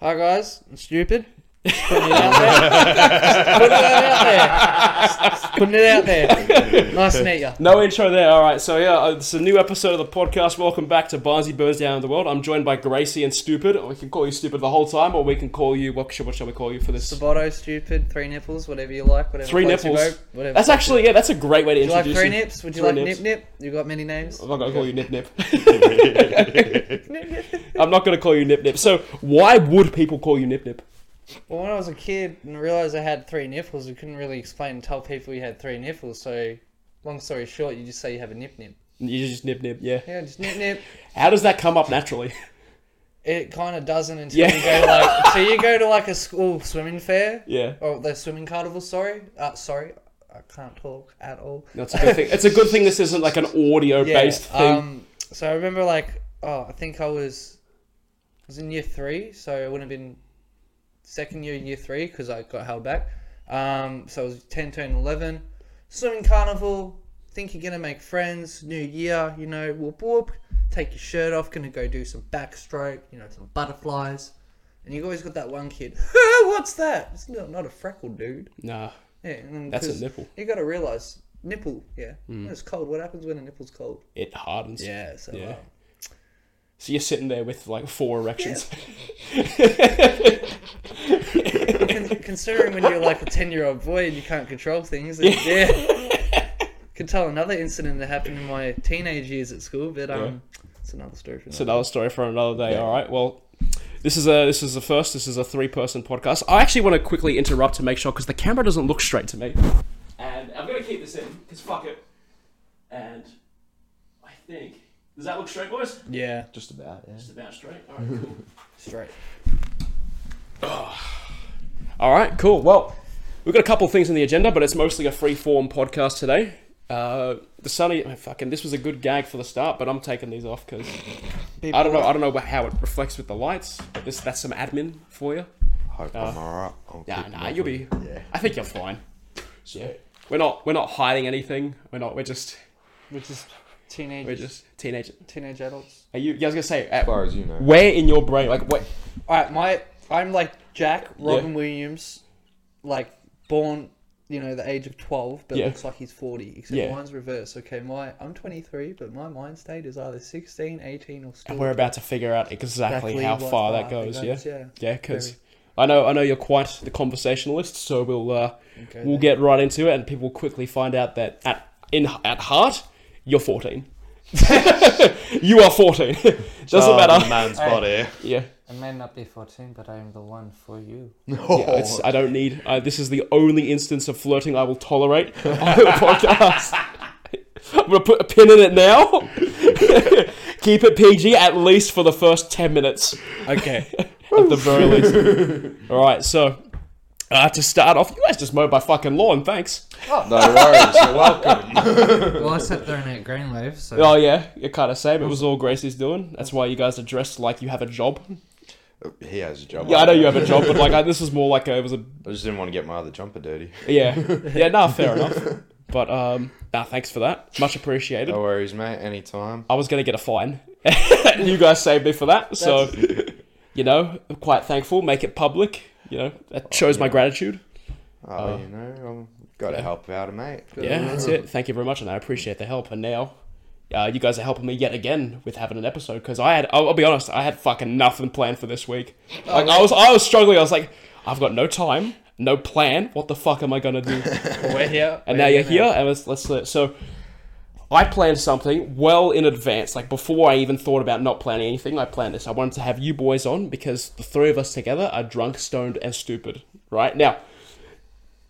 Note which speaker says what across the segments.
Speaker 1: Hi guys, I'm stupid. Just putting it out there. putting it out there. Just putting it out there. Nice to meet you.
Speaker 2: No intro there. All right. So yeah, uh, it's a new episode of the podcast. Welcome back to Barnsley Burns Down in the World. I'm joined by Gracie and Stupid. Or we can call you Stupid the whole time, or we can call you what? Shall, what shall we call you for this?
Speaker 1: Sabato, stupid, three nipples, whatever you like, whatever.
Speaker 2: Three
Speaker 1: floats your
Speaker 2: nipples.
Speaker 1: boat, whatever.
Speaker 2: That's
Speaker 1: floats your-
Speaker 2: actually yeah. That's a great way to
Speaker 1: Would you like
Speaker 2: introduce
Speaker 1: three
Speaker 2: you.
Speaker 1: nips? Would you
Speaker 2: Three
Speaker 1: like
Speaker 2: nips.
Speaker 1: nip nip? You got many names.
Speaker 2: I'm not gonna call you Nip Nip.
Speaker 1: Nip, nip.
Speaker 2: I'm not gonna call you Nip Nip. So why would people call you Nip Nip?
Speaker 1: Well, when I was a kid and realized I had three nipples, we couldn't really explain and tell people you had three nipples. So, long story short, you just say you have a nip nip.
Speaker 2: You just Nip Nip. Yeah.
Speaker 1: Yeah, just nip nip.
Speaker 2: How does that come up naturally?
Speaker 1: It kind of doesn't until
Speaker 2: Yeah.
Speaker 1: you go like so you go to like a school swimming fair
Speaker 2: Yeah.
Speaker 1: or Oh, the swimming carnival. Sorry, uh, sorry, I can't talk at all.
Speaker 2: That's a good thing. It's a good thing this isn't like an audio based thing.
Speaker 1: Um, so I remember like oh I think I was I was in year three, so I wouldn't have been second year year three because I got held back. Um, so I was ten, turn eleven, swimming carnival. Think you're gonna make friends? New year, you know, whoop whoop. Take your shirt off. Gonna go do some backstroke. You know, some butterflies. And you have always got that one kid. What's that? It's not, not a freckled dude.
Speaker 2: nah,
Speaker 1: Yeah, and then
Speaker 2: that's a
Speaker 1: 'cause
Speaker 2: nipple.
Speaker 1: You got to realize nipple. Yeah, When it's cold. What happens when a nipple's cold?
Speaker 2: It hardens.
Speaker 1: Yeah, so
Speaker 2: Yeah.
Speaker 1: yeah.
Speaker 2: So you're sitting there with like four erections.
Speaker 1: uh, Con- considering when you're like a 10 year old boy and you can't control things, it- yeah. Could tell another incident that happened in my teenage years at school, but um, it's another story for
Speaker 2: It's another story for another day. All right. Well, this is a this is the first. This is a three person podcast. I actually want to quickly interrupt to make sure because the camera doesn't look straight to me. And I'm gonna keep this in because fuck it. And I think does that look straight, boys?
Speaker 1: Yeah,
Speaker 3: Just about, yeah.
Speaker 2: Just about straight. All right. Cool.
Speaker 1: straight.
Speaker 2: All right, cool. Well, we've got a couple things on the agenda, but it's mostly a free form podcast today. Uh, the sunny oh, fucking this was a good gag for the start, but I'm taking these off because I don't know. I don't know how it reflects with the lights. This that's some admin for you.
Speaker 3: Hope
Speaker 2: Ah.
Speaker 3: I'm alright. I'll
Speaker 2: Nah,
Speaker 3: keep
Speaker 2: nah,
Speaker 3: moving.
Speaker 2: you'll be.
Speaker 3: Yeah.
Speaker 2: I think you're fine. Yeah,
Speaker 3: Sweet.
Speaker 2: we're not. We're not hiding anything. We're not. We're just.
Speaker 1: We're just teenage,
Speaker 2: We're just teenage.
Speaker 1: teenage adults.
Speaker 2: Are you? Yeah, I was gonna say.
Speaker 3: As
Speaker 2: uh
Speaker 3: far as you know.
Speaker 2: where in your brain? Like what?
Speaker 1: All right, my I'm like Jack
Speaker 2: Yeah.
Speaker 1: Robin Williams, like born, you know, the age of 12, but
Speaker 2: Yeah.
Speaker 1: looks like he's 40. Except
Speaker 2: Yeah.
Speaker 1: mine's reverse. Okay, my I'm 23, but my mind state is either 16, 18, or still
Speaker 2: We're about to figure out exactly, how
Speaker 1: what
Speaker 2: far that goes. Yeah.
Speaker 1: yeah.
Speaker 2: Yeah, because I know I know you're quite the conversationalist, so we'll uh,
Speaker 1: Okay,
Speaker 2: we'll get right into it, and people will quickly find out that at in at heart you're 14. you are 14. Doesn't
Speaker 4: Oh,
Speaker 2: matter.
Speaker 4: Man's
Speaker 1: Hey.
Speaker 4: body.
Speaker 2: Yeah,
Speaker 5: I may not be 14, but I am the one for you.
Speaker 2: yeah
Speaker 3: Oh.
Speaker 2: it's, I don't need. I, this is the only instance of flirting I will tolerate on the podcast. I'm gonna put a pin in it now. Keep it PG at least for the first ten minutes.
Speaker 1: Okay.
Speaker 2: at the very least. All right, so uh, to start off, you guys just mowed my fucking lawn. Thanks.
Speaker 3: No worries, you're welcome.
Speaker 5: well, I sat there and ate green leaves, so
Speaker 2: Oh yeah, you kind of same. It was all Gracie's doing. That's why you guys are dressed like you have a job.
Speaker 3: He has a job.
Speaker 2: Yeah, I know you have a job, but like I, this is more like a, it was a
Speaker 3: I just didn't want to get my other jumper dirty.
Speaker 2: yeah yeah. Nah, fair enough. But um, nah, thanks for that. Much appreciated.
Speaker 3: No worries, mate. Anytime.
Speaker 2: I was gonna get a fine. you guys saved me for that, so you know, quite thankful. Make it public. You know, that shows my gratitude.
Speaker 3: Oh, you know, I've got to help out, mate.
Speaker 2: Uh. Yeah, that's it. Thank you very much, and I appreciate the help. And now, uh, you guys are helping me yet again with having an episode because I had. I'll, I'll be honest, I had fucking nothing planned for this week. Like I was, I was struggling. I was like, I've got no time, no plan. What the fuck am I gonna do?
Speaker 1: we're here.
Speaker 2: Oh. And now you're here, and let's let's uh, so. I planned something well in advance, like before I even thought about not planning anything. I planned this. I wanted to have you boys on because the three of us together are drunk, stoned, and stupid. Right now,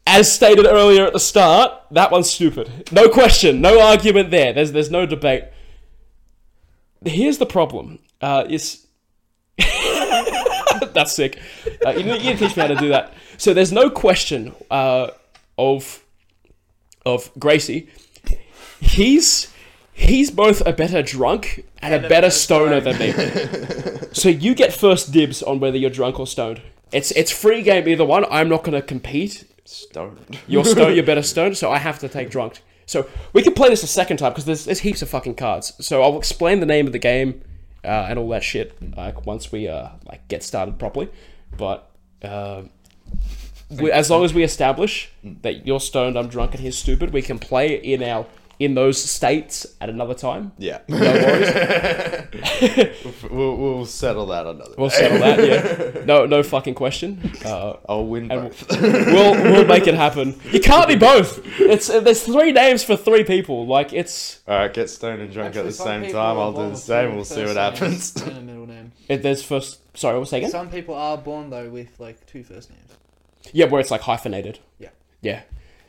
Speaker 2: as stated earlier at the start, that one's stupid. No question, no argument there. There's there's no debate. Here's the problem. Uh, is that's sick. Uh, you, need, you need to teach me how to do that. So there's no question uh, of of Gracie. He's he's both a better drunk and, a better stoner than me. so you get first dibs on whether you're drunk or stoned. It's it's free game either one. I'm not going to compete.
Speaker 3: Stoned.
Speaker 2: You're stoned, you're better stoned, so I have to take drunk. So we can play this a second time because there's, there's heaps of fucking cards. So I'll explain the name of the game uh, and all that shit like once we uh, like get started properly. But um we, as long as we establish that you're stoned, I'm drunk, and he's stupid, we can play in our in those states at another time.
Speaker 3: Yeah.
Speaker 2: No worries.
Speaker 3: we'll, we'll settle that another
Speaker 2: We'll
Speaker 3: day.
Speaker 2: settle that. Yeah. No, no fucking question. Uh,
Speaker 3: I'll win
Speaker 2: And
Speaker 3: both.
Speaker 2: we'll we'll make it happen. You can't be both. It's uh, there's three names for three people. Like it's
Speaker 3: All right, get stoned and drunk at
Speaker 1: Actually,
Speaker 3: the
Speaker 1: some
Speaker 3: same
Speaker 1: people
Speaker 3: time.
Speaker 1: are
Speaker 3: I'll do
Speaker 1: born
Speaker 3: the
Speaker 1: with
Speaker 3: same.
Speaker 1: two
Speaker 3: We'll see what
Speaker 1: first names
Speaker 3: happens.
Speaker 1: And a middle name.
Speaker 2: it, there's first. Sorry, what's that again?
Speaker 1: Some people are born though with like two first names.
Speaker 2: Yeah, where it's like hyphenated.
Speaker 1: Yeah.
Speaker 2: Yeah.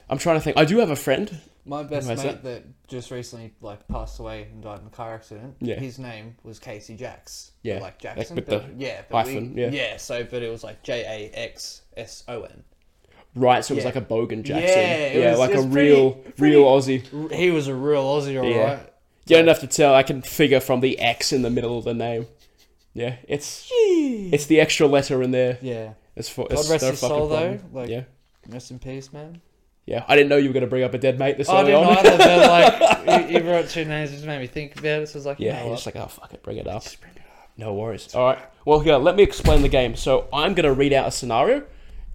Speaker 2: I'm trying to think. I do have a friend.
Speaker 1: My best
Speaker 2: Where's
Speaker 1: mate that? just recently like passed away and died in a car accident.
Speaker 2: Yeah.
Speaker 1: His name was Casey Jacks.
Speaker 2: Yeah,
Speaker 1: Like Jackson.
Speaker 2: with
Speaker 1: but,
Speaker 2: the
Speaker 1: yeah, but
Speaker 2: hyphen, yeah.
Speaker 1: So, but it was like J A X S O N.
Speaker 2: Right, so it was
Speaker 1: Yeah.
Speaker 2: like a Bogan
Speaker 1: Yeah,
Speaker 2: Jackson.
Speaker 1: it was-
Speaker 2: like
Speaker 1: it
Speaker 2: a
Speaker 1: was pretty-
Speaker 2: real,
Speaker 1: pretty-
Speaker 2: real Aussie.
Speaker 1: R- He was a real Aussie, alright.
Speaker 2: Yeah. You don't have to tell. I can figure from the X in the middle of the name. Yeah, it's it's the extra letter in there.
Speaker 1: Yeah.
Speaker 2: It's for
Speaker 1: God
Speaker 2: it's
Speaker 1: rest
Speaker 2: no
Speaker 1: his
Speaker 2: fucking
Speaker 1: soul though.
Speaker 2: problem.
Speaker 1: Like,
Speaker 2: Yeah,
Speaker 1: rest in peace, man.
Speaker 2: yeah. I didn't know you were gonna bring up a dead mate this
Speaker 1: Oh, I
Speaker 2: early
Speaker 1: didn't
Speaker 2: on.
Speaker 1: either, but like, you, you brought two names, it just made me think about it. So I was like,
Speaker 2: Yeah,
Speaker 1: you know
Speaker 2: he's just
Speaker 1: what?
Speaker 2: like, oh fuck it, bring it up. No worries. All right. Well, yeah. Let me explain the game. So I'm gonna read out a scenario,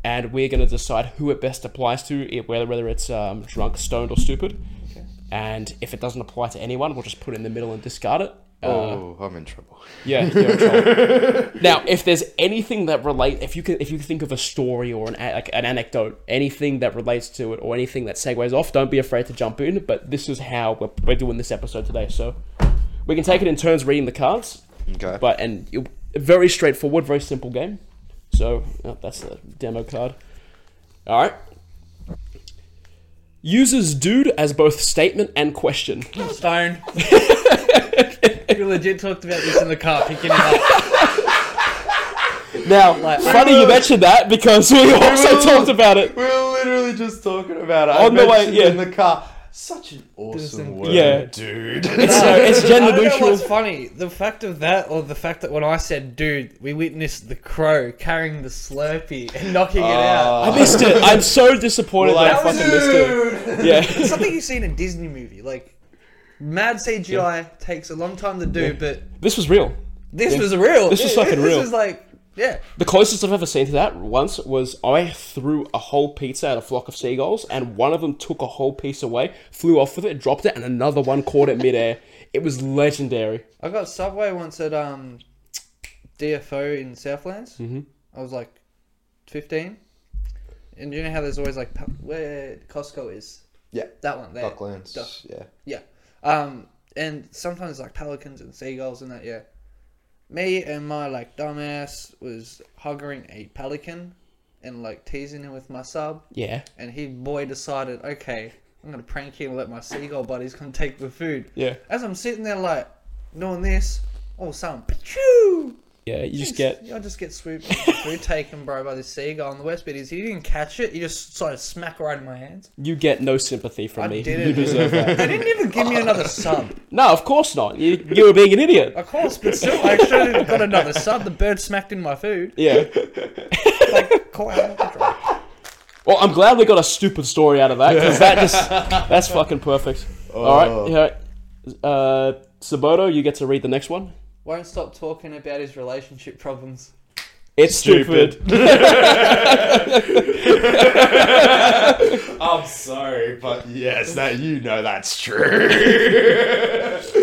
Speaker 2: and we're gonna decide who it best applies to, it- whether whether it's um, drunk, stoned, or stupid.
Speaker 1: Okay.
Speaker 2: And if it doesn't apply to anyone, we'll just put it in the middle and discard it. Uh,
Speaker 3: oh, I'm in trouble.
Speaker 2: Yeah. you're in trouble. now, if there's anything that relates, if you can, if you can think of a story or an a- like an anecdote, anything that relates to it or anything that segues off, don't be afraid to jump in. But this is how we're, we're doing this episode today. So we can take it in turns reading the cards,
Speaker 3: Okay.
Speaker 2: but and you- very straightforward, very simple game. So oh, that's the demo card. All right. Uses dude as both statement and question.
Speaker 1: Stone. we legit talked about this in the car, picking it up.
Speaker 2: Now, funny you mentioned that because we also
Speaker 3: wait,
Speaker 2: talked about it.
Speaker 3: we were literally just talking about it.
Speaker 2: On
Speaker 3: I
Speaker 2: the way-
Speaker 3: mentioned
Speaker 2: yeah.
Speaker 3: in the car. Such an awesome
Speaker 1: Doesn't-
Speaker 3: word,
Speaker 2: Yeah.
Speaker 3: dude.
Speaker 2: So it's
Speaker 1: I
Speaker 2: gender
Speaker 1: don't know
Speaker 2: neutral.
Speaker 1: what's funny. The fact of that, or the fact that when I said, "Dude, we witnessed the crow carrying the Slurpee and knocking it out."
Speaker 2: I missed it. I'm so disappointed
Speaker 3: Well,
Speaker 2: that Ah, I
Speaker 3: that was
Speaker 2: fucking missed it. Yeah.
Speaker 1: It's something you see in a Disney movie, like mad CGI takes a long time to do, but
Speaker 2: This was real.
Speaker 1: this was real.
Speaker 2: This was fucking real.
Speaker 1: This was like, yeah,
Speaker 2: The closest I've ever seen to that once was I threw a whole pizza at a flock of seagulls, and one of them took a whole piece away, flew off with it, dropped it, and another one caught it midair. It was legendary.
Speaker 1: I got Subway once at um, DFO in Southlands. Mm-hmm. I was like fifteen, and you know how there's always like pu- where Costco is.
Speaker 3: yeah.
Speaker 1: That one there.
Speaker 3: Docklands.
Speaker 1: Duck-
Speaker 3: Yeah.
Speaker 1: Yeah. Um, and sometimes like pelicans and seagulls and that, yeah. Me and my like dumbass was hugging a pelican and like teasing him with my sub
Speaker 2: Yeah.
Speaker 1: and he boy decided, okay, I'm gonna prank him and let my seagull buddies come take the food.
Speaker 2: Yeah.
Speaker 1: As I'm sitting there like doing this, all of a sudden pachoo
Speaker 2: Yeah. You just get.
Speaker 1: I just get swooped food taken bro by this seagull and the worst bit is he didn't catch it, he just started smack right in my hands.
Speaker 2: You get no sympathy from
Speaker 1: I
Speaker 2: me.
Speaker 1: did
Speaker 2: You
Speaker 1: it.
Speaker 2: deserve that.
Speaker 1: They didn't even give me another sub.
Speaker 2: No, of course not. You, you were being an idiot.
Speaker 1: Of course, but still, I should have got another sub. The bird smacked in my food.
Speaker 2: Yeah.
Speaker 1: Like, call out the drop.
Speaker 2: Well, I'm glad we got a stupid story out of that because that just that's fucking perfect. All
Speaker 3: Oh.
Speaker 2: right, yeah. Uh, Saboto, you get to read the next one.
Speaker 1: Won't stop talking about his relationship problems.
Speaker 2: It's stupid.
Speaker 3: Stupid. I'm sorry, but yes, that you know that's true.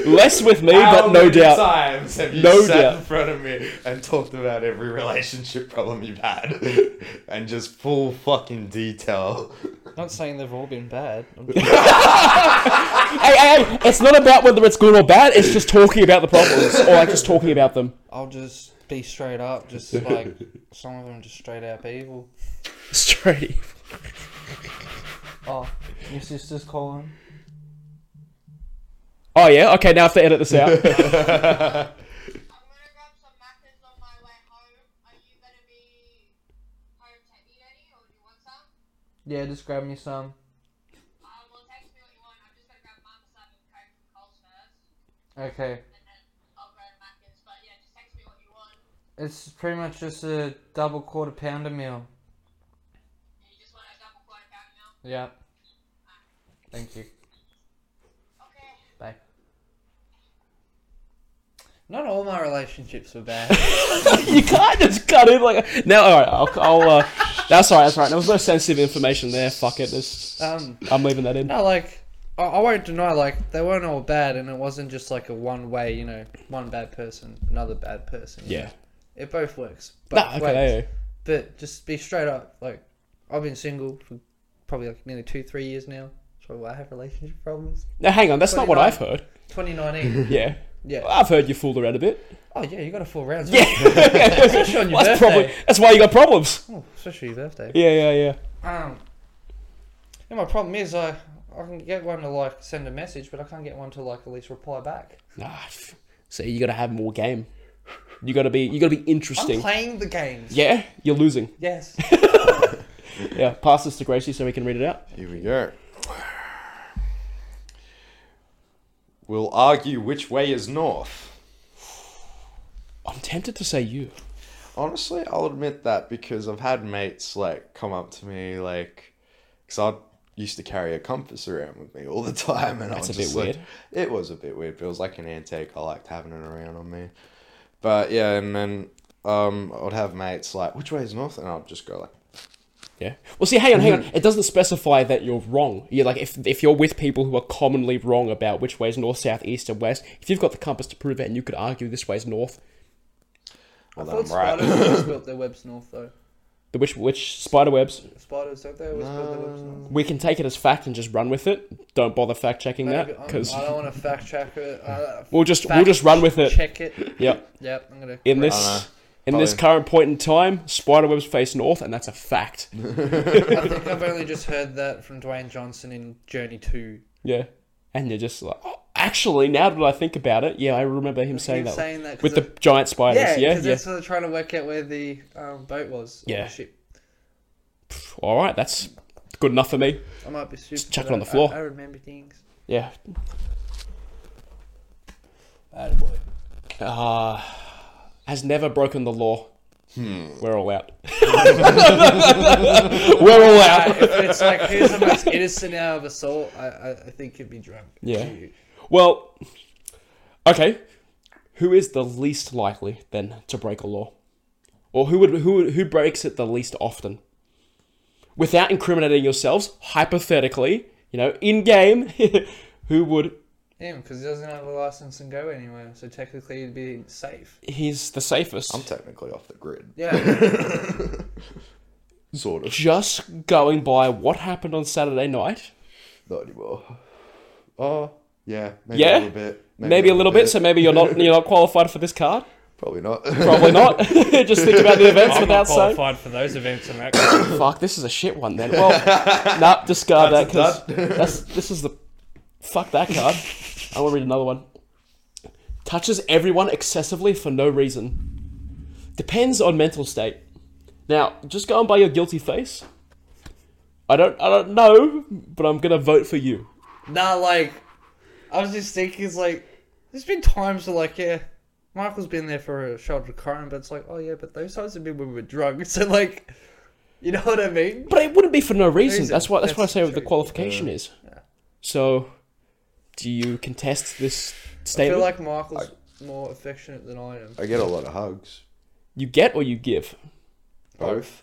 Speaker 2: Less with me,
Speaker 3: How
Speaker 2: but no
Speaker 3: many
Speaker 2: doubt.
Speaker 3: times have you
Speaker 2: No
Speaker 3: sat
Speaker 2: doubt.
Speaker 3: in front of me and talked about every relationship problem you've had, and just full fucking detail.
Speaker 1: Not saying they've all been bad.
Speaker 2: Hey, hey, hey, it's not about whether it's good or bad. It's just talking about the problems or like just talking about them.
Speaker 1: I'll just be straight up, just like some of them just straight up evil.
Speaker 2: Straight.
Speaker 1: Oh, your sister's calling.
Speaker 2: Oh yeah. Okay. Now I have to edit this out.
Speaker 4: I'm gonna grab some macas on my way home. Are you gonna be home to eat any, or do you want some?
Speaker 1: Yeah, just grab me some.
Speaker 4: Uh, well, text me what you want. I'm just gonna grab mum some coke from Coles first,
Speaker 1: Okay.
Speaker 4: and then I'll grab macas. But yeah, just text me what you want.
Speaker 1: It's pretty much just a double quarter pounder meal.
Speaker 4: You just want a double quarter pound now.
Speaker 1: Yeah. Thank you.
Speaker 4: Okay.
Speaker 1: Bye. Not all my relationships were bad.
Speaker 2: you can't just cut it like no. All right, I'll. I'll uh, that's all right. That's all right. There was no sensitive information there. Fuck it. It's,
Speaker 1: um,
Speaker 2: I'm leaving that in.
Speaker 1: no, like I, I won't deny, like they weren't all bad, and it wasn't just like a one way, you know, one bad person, another bad person. you
Speaker 2: Yeah.
Speaker 1: know. it both works.
Speaker 2: Nah,
Speaker 1: both ways.
Speaker 2: okay.
Speaker 1: But just be straight up, like I've been single for probably like nearly two, three years now. So why I have relationship problems.
Speaker 2: No, hang on. That's not what
Speaker 1: 29.
Speaker 2: I've heard.
Speaker 1: 2019.
Speaker 2: Yeah.
Speaker 1: yeah.
Speaker 2: I've heard you fooled around a bit.
Speaker 1: Oh yeah, you got a full round.
Speaker 2: Yeah.
Speaker 1: Especially on your
Speaker 2: that's
Speaker 1: birthday.
Speaker 2: probably that's why you got problems.
Speaker 1: Oh, especially your birthday.
Speaker 2: Yeah, yeah, yeah.
Speaker 1: Um. Yeah, my problem is I I can get one to like send a message, but I can't get one to like at least reply back.
Speaker 2: Nah. f- See, you got to have more game. You got to be you got to be
Speaker 1: I'm
Speaker 2: interesting.
Speaker 1: playing the games.
Speaker 2: Yeah, you're losing.
Speaker 1: Yes.
Speaker 2: Yeah, pass this to Gracie so we can read it out.
Speaker 3: Here we go. We'll argue which way is north.
Speaker 2: I'm tempted to say you.
Speaker 3: Honestly, I'll admit that because I've had mates like come up to me like, because I used to carry a compass around with me all the time, and
Speaker 2: That's
Speaker 3: I was
Speaker 2: a bit
Speaker 3: just like-
Speaker 2: weird.
Speaker 3: it was a bit weird, but it was like an antique. I liked having it around on me, but yeah, and then um, I'd have mates like, which way is north, and I'd just go like,
Speaker 2: Yeah. Well, see, hang on, hang on.
Speaker 1: Mm-hmm.
Speaker 2: It doesn't specify that you're wrong. You're like if if you're with people who are commonly wrong about which way is north, south, east, and west. If you've got the compass to prove it, and you could argue this way is north,
Speaker 3: well,
Speaker 1: I
Speaker 3: then
Speaker 1: thought
Speaker 3: I'm right.
Speaker 1: spiders always built their webs north though.
Speaker 2: the which which spider webs,
Speaker 1: Spiders don't they always build their webs north?
Speaker 2: we can take it as fact and just run with it. Don't bother fact checking
Speaker 1: Maybe-
Speaker 2: that
Speaker 1: I'm-
Speaker 2: because
Speaker 1: I don't want to fact check it. Uh,
Speaker 2: we'll just we'll
Speaker 1: fact
Speaker 2: just run with it.
Speaker 1: Check it.
Speaker 2: Yeah.
Speaker 1: Yep, I'm gonna.
Speaker 2: In
Speaker 3: I don't know.
Speaker 2: this in this current point in time, spider webs face north, and that's a fact.
Speaker 1: I think I've only just heard that from Dwayne Johnson in Journey Two.
Speaker 2: Yeah. And you're just like, oh, actually, now that I think about it, yeah, I remember him saying
Speaker 1: He's
Speaker 2: that
Speaker 1: saying that 'cause
Speaker 2: with the
Speaker 1: of-
Speaker 2: giant spiders.
Speaker 1: yeah,
Speaker 2: Yeah, yeah.
Speaker 1: because that's what they're trying to work out where the um, boat was. or the
Speaker 2: Yeah.
Speaker 1: ship.
Speaker 2: All right, that's good enough for me.
Speaker 1: I might be stupid.
Speaker 2: chuck
Speaker 1: but
Speaker 2: it on
Speaker 1: I-
Speaker 2: the floor.
Speaker 1: I, I remember things.
Speaker 2: Yeah.
Speaker 1: Bad boy.
Speaker 2: Uh, has never broken the law.
Speaker 3: Hmm.
Speaker 2: We're all out. We're all
Speaker 1: Uh,
Speaker 2: out.
Speaker 1: if it's like who's the most innocent out of us all, I, I, I think it'd be drunk.
Speaker 2: Yeah.
Speaker 1: You.
Speaker 2: Well, okay. Who is the least likely then to break a law, or who would who would- who breaks it the least often? Without incriminating yourselves, hypothetically, you know, in game, who would?
Speaker 1: Him, because he doesn't have a license and go anywhere, so technically he'd be safe.
Speaker 2: He's the safest.
Speaker 3: I'm technically off the grid,
Speaker 1: Yeah.
Speaker 3: sort of.
Speaker 2: Just going by what happened on Saturday night,
Speaker 3: Not anymore. Oh, yeah, maybe
Speaker 2: Yeah?
Speaker 3: a little bit.
Speaker 2: maybe, a little bit. So maybe you're not you're not qualified for this card.
Speaker 3: Probably not.
Speaker 2: Probably not. Just think about the events
Speaker 6: I'm not
Speaker 2: without saying.
Speaker 6: qualified for those events, and that.
Speaker 2: Fuck, this is a shit one then. Well, nah, discard that because that's this is the fuck that card. I want to read another one. Touches everyone excessively for no reason. Depends on mental state. Now, just going by your guilty face, I don't, I don't know, but I'm gonna vote for you.
Speaker 1: nah, like, I was just thinking, it's like, there's been times where, like, yeah, Michael's been there for a shoulder crime, but it's like, oh, yeah, but those times have been when we were drunk, so, like, you know what I mean?
Speaker 2: But it wouldn't be for no reason.
Speaker 1: Reason.
Speaker 2: That's why. That's, why I
Speaker 1: That's
Speaker 2: say what the
Speaker 1: true.
Speaker 2: qualification is. So, do you contest
Speaker 1: I
Speaker 2: this
Speaker 1: feel
Speaker 2: statement?
Speaker 1: like Michael's more affectionate than I am.
Speaker 3: I get a lot of hugs.
Speaker 2: you get or you give.
Speaker 3: Both.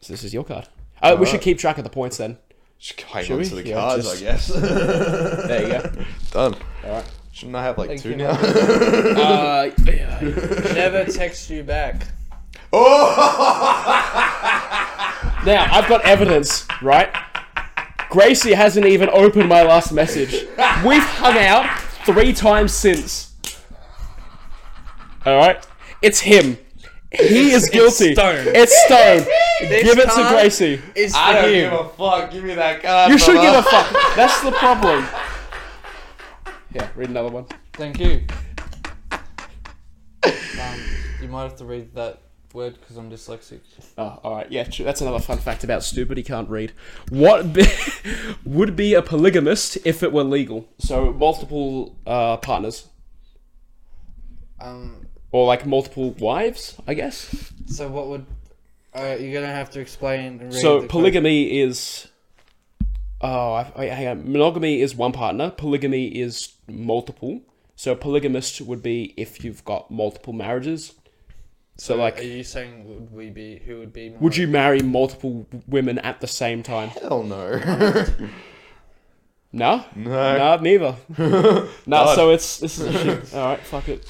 Speaker 2: So this is your card. Oh, we should
Speaker 3: Alright.
Speaker 2: keep track of the points then.
Speaker 3: Just hang
Speaker 2: Should
Speaker 3: on
Speaker 2: we?
Speaker 3: to the
Speaker 2: Yeah,
Speaker 3: cards,
Speaker 2: just-
Speaker 3: I guess.
Speaker 2: There you go.
Speaker 3: Done. All right. Shouldn't I have like
Speaker 1: Thank
Speaker 3: two
Speaker 1: you,
Speaker 3: now?
Speaker 2: uh, yeah.
Speaker 1: Never text you back.
Speaker 3: Oh,
Speaker 2: now I've got evidence, right? Gracie hasn't even opened my last message. We've hung out three times since. All right, it's him. He is guilty.
Speaker 1: Stone.
Speaker 2: It's Stone. Give it to
Speaker 1: time
Speaker 2: Gracie.
Speaker 1: It's
Speaker 3: I
Speaker 1: for
Speaker 3: don't
Speaker 1: you.
Speaker 3: give a fuck. Give me that card.
Speaker 2: You should give
Speaker 3: brother.
Speaker 2: a fuck. That's the problem. Yeah, read another one.
Speaker 5: Thank you. Um, you might have to read that word because I'm dyslexic.
Speaker 2: Oh, all right, yeah, true. that's another fun fact about stupid. He can't read. What be, would be a polygamist if it were legal? So multiple uh, partners,
Speaker 1: Um,
Speaker 2: or like multiple wives, I guess.
Speaker 1: so what would? Alright, you're gonna have to explain. And read
Speaker 2: So
Speaker 1: the
Speaker 2: polygamy is. Oh, I, I, hang on. Monogamy is one partner. Polygamy is multiple. So polygamist would be if you've got multiple marriages. So
Speaker 1: are
Speaker 2: like,
Speaker 1: you saying would we be who would be? More
Speaker 2: would you marry multiple women at the same time?
Speaker 3: Hell no.
Speaker 2: No,
Speaker 3: No.
Speaker 2: no, neither. no,
Speaker 3: God.
Speaker 2: so it's this is a shit. All right, fuck it.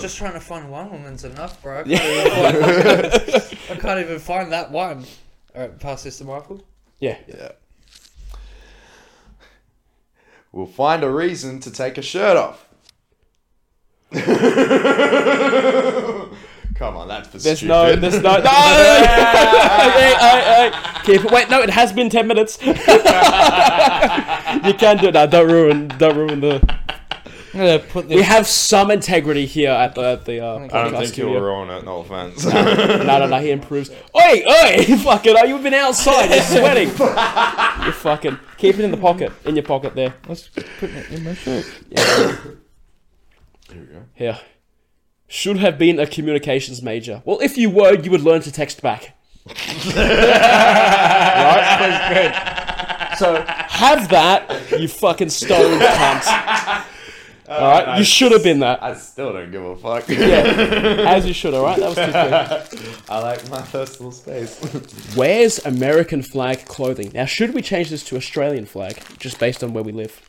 Speaker 1: Just trying to find one woman's enough, bro. I can't even find- I can't even find that one. All right, pass this to Michael.
Speaker 2: Yeah,
Speaker 3: yeah. We'll find a reason to take a shirt off. Come on, that's for
Speaker 2: there's
Speaker 3: stupid.
Speaker 2: no, there's no, no. Hey, hey, hey, Keep it. Wait, no, it has been ten minutes. you can do that. Don't ruin, don't ruin the.
Speaker 1: I'm gonna put
Speaker 2: We
Speaker 1: this.
Speaker 2: have some integrity here at the at the uh,
Speaker 3: I
Speaker 2: podcast
Speaker 3: don't think you
Speaker 2: studio.
Speaker 3: were on it. No offense.
Speaker 2: No, no, no, he improves. Oi, oi! Fucking, oh, you've been outside, you're sweating. you fucking. Keep it in the pocket, in your pocket there.
Speaker 1: Let's put it in my shirt.
Speaker 3: Here we go.
Speaker 2: Here. Should have been a communications major. Well, if you were, you would learn to text back. right? So, have that, you fucking stoned cunt. Alright? you should have been that.
Speaker 3: I still don't give a fuck.
Speaker 2: As you should, alright? That was too quick.
Speaker 3: I like my personal space.
Speaker 2: Wears American flag clothing. Now, should we change this to Australian flag, just based on where we live?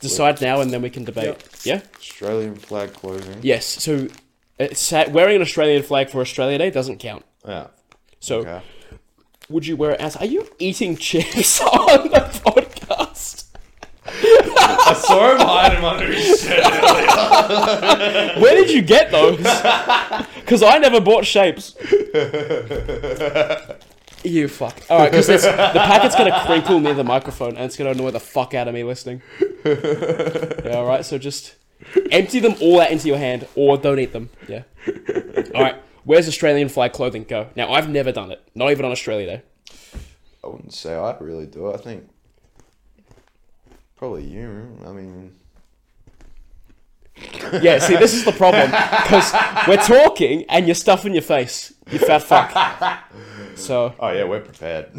Speaker 2: Decide now, and then we can debate. Yeah.
Speaker 3: Australian flag clothing.
Speaker 2: Yes. So, it's, uh, wearing an Australian flag for Australia Day doesn't count.
Speaker 3: Yeah.
Speaker 2: So,
Speaker 3: Okay.
Speaker 2: would you wear it as? Are you eating chips on the podcast?
Speaker 3: I saw him hiding under his shirt.
Speaker 2: Where did you get those? Because I never bought shapes. You fuck. All right, because the packet's gonna crinkle near the microphone, and it's gonna annoy the fuck out of me listening. Yeah, all right. So just empty them all out into your hand, or don't eat them. Yeah. All right. Where's Australian flag clothing go? Now I've never done it. Not even on Australia Day.
Speaker 3: I wouldn't say I really do. I think probably you. I mean,
Speaker 2: Yeah. See, this is the problem because we're talking and you're stuffing your face. You fat fuck. So
Speaker 3: oh yeah, we're prepared.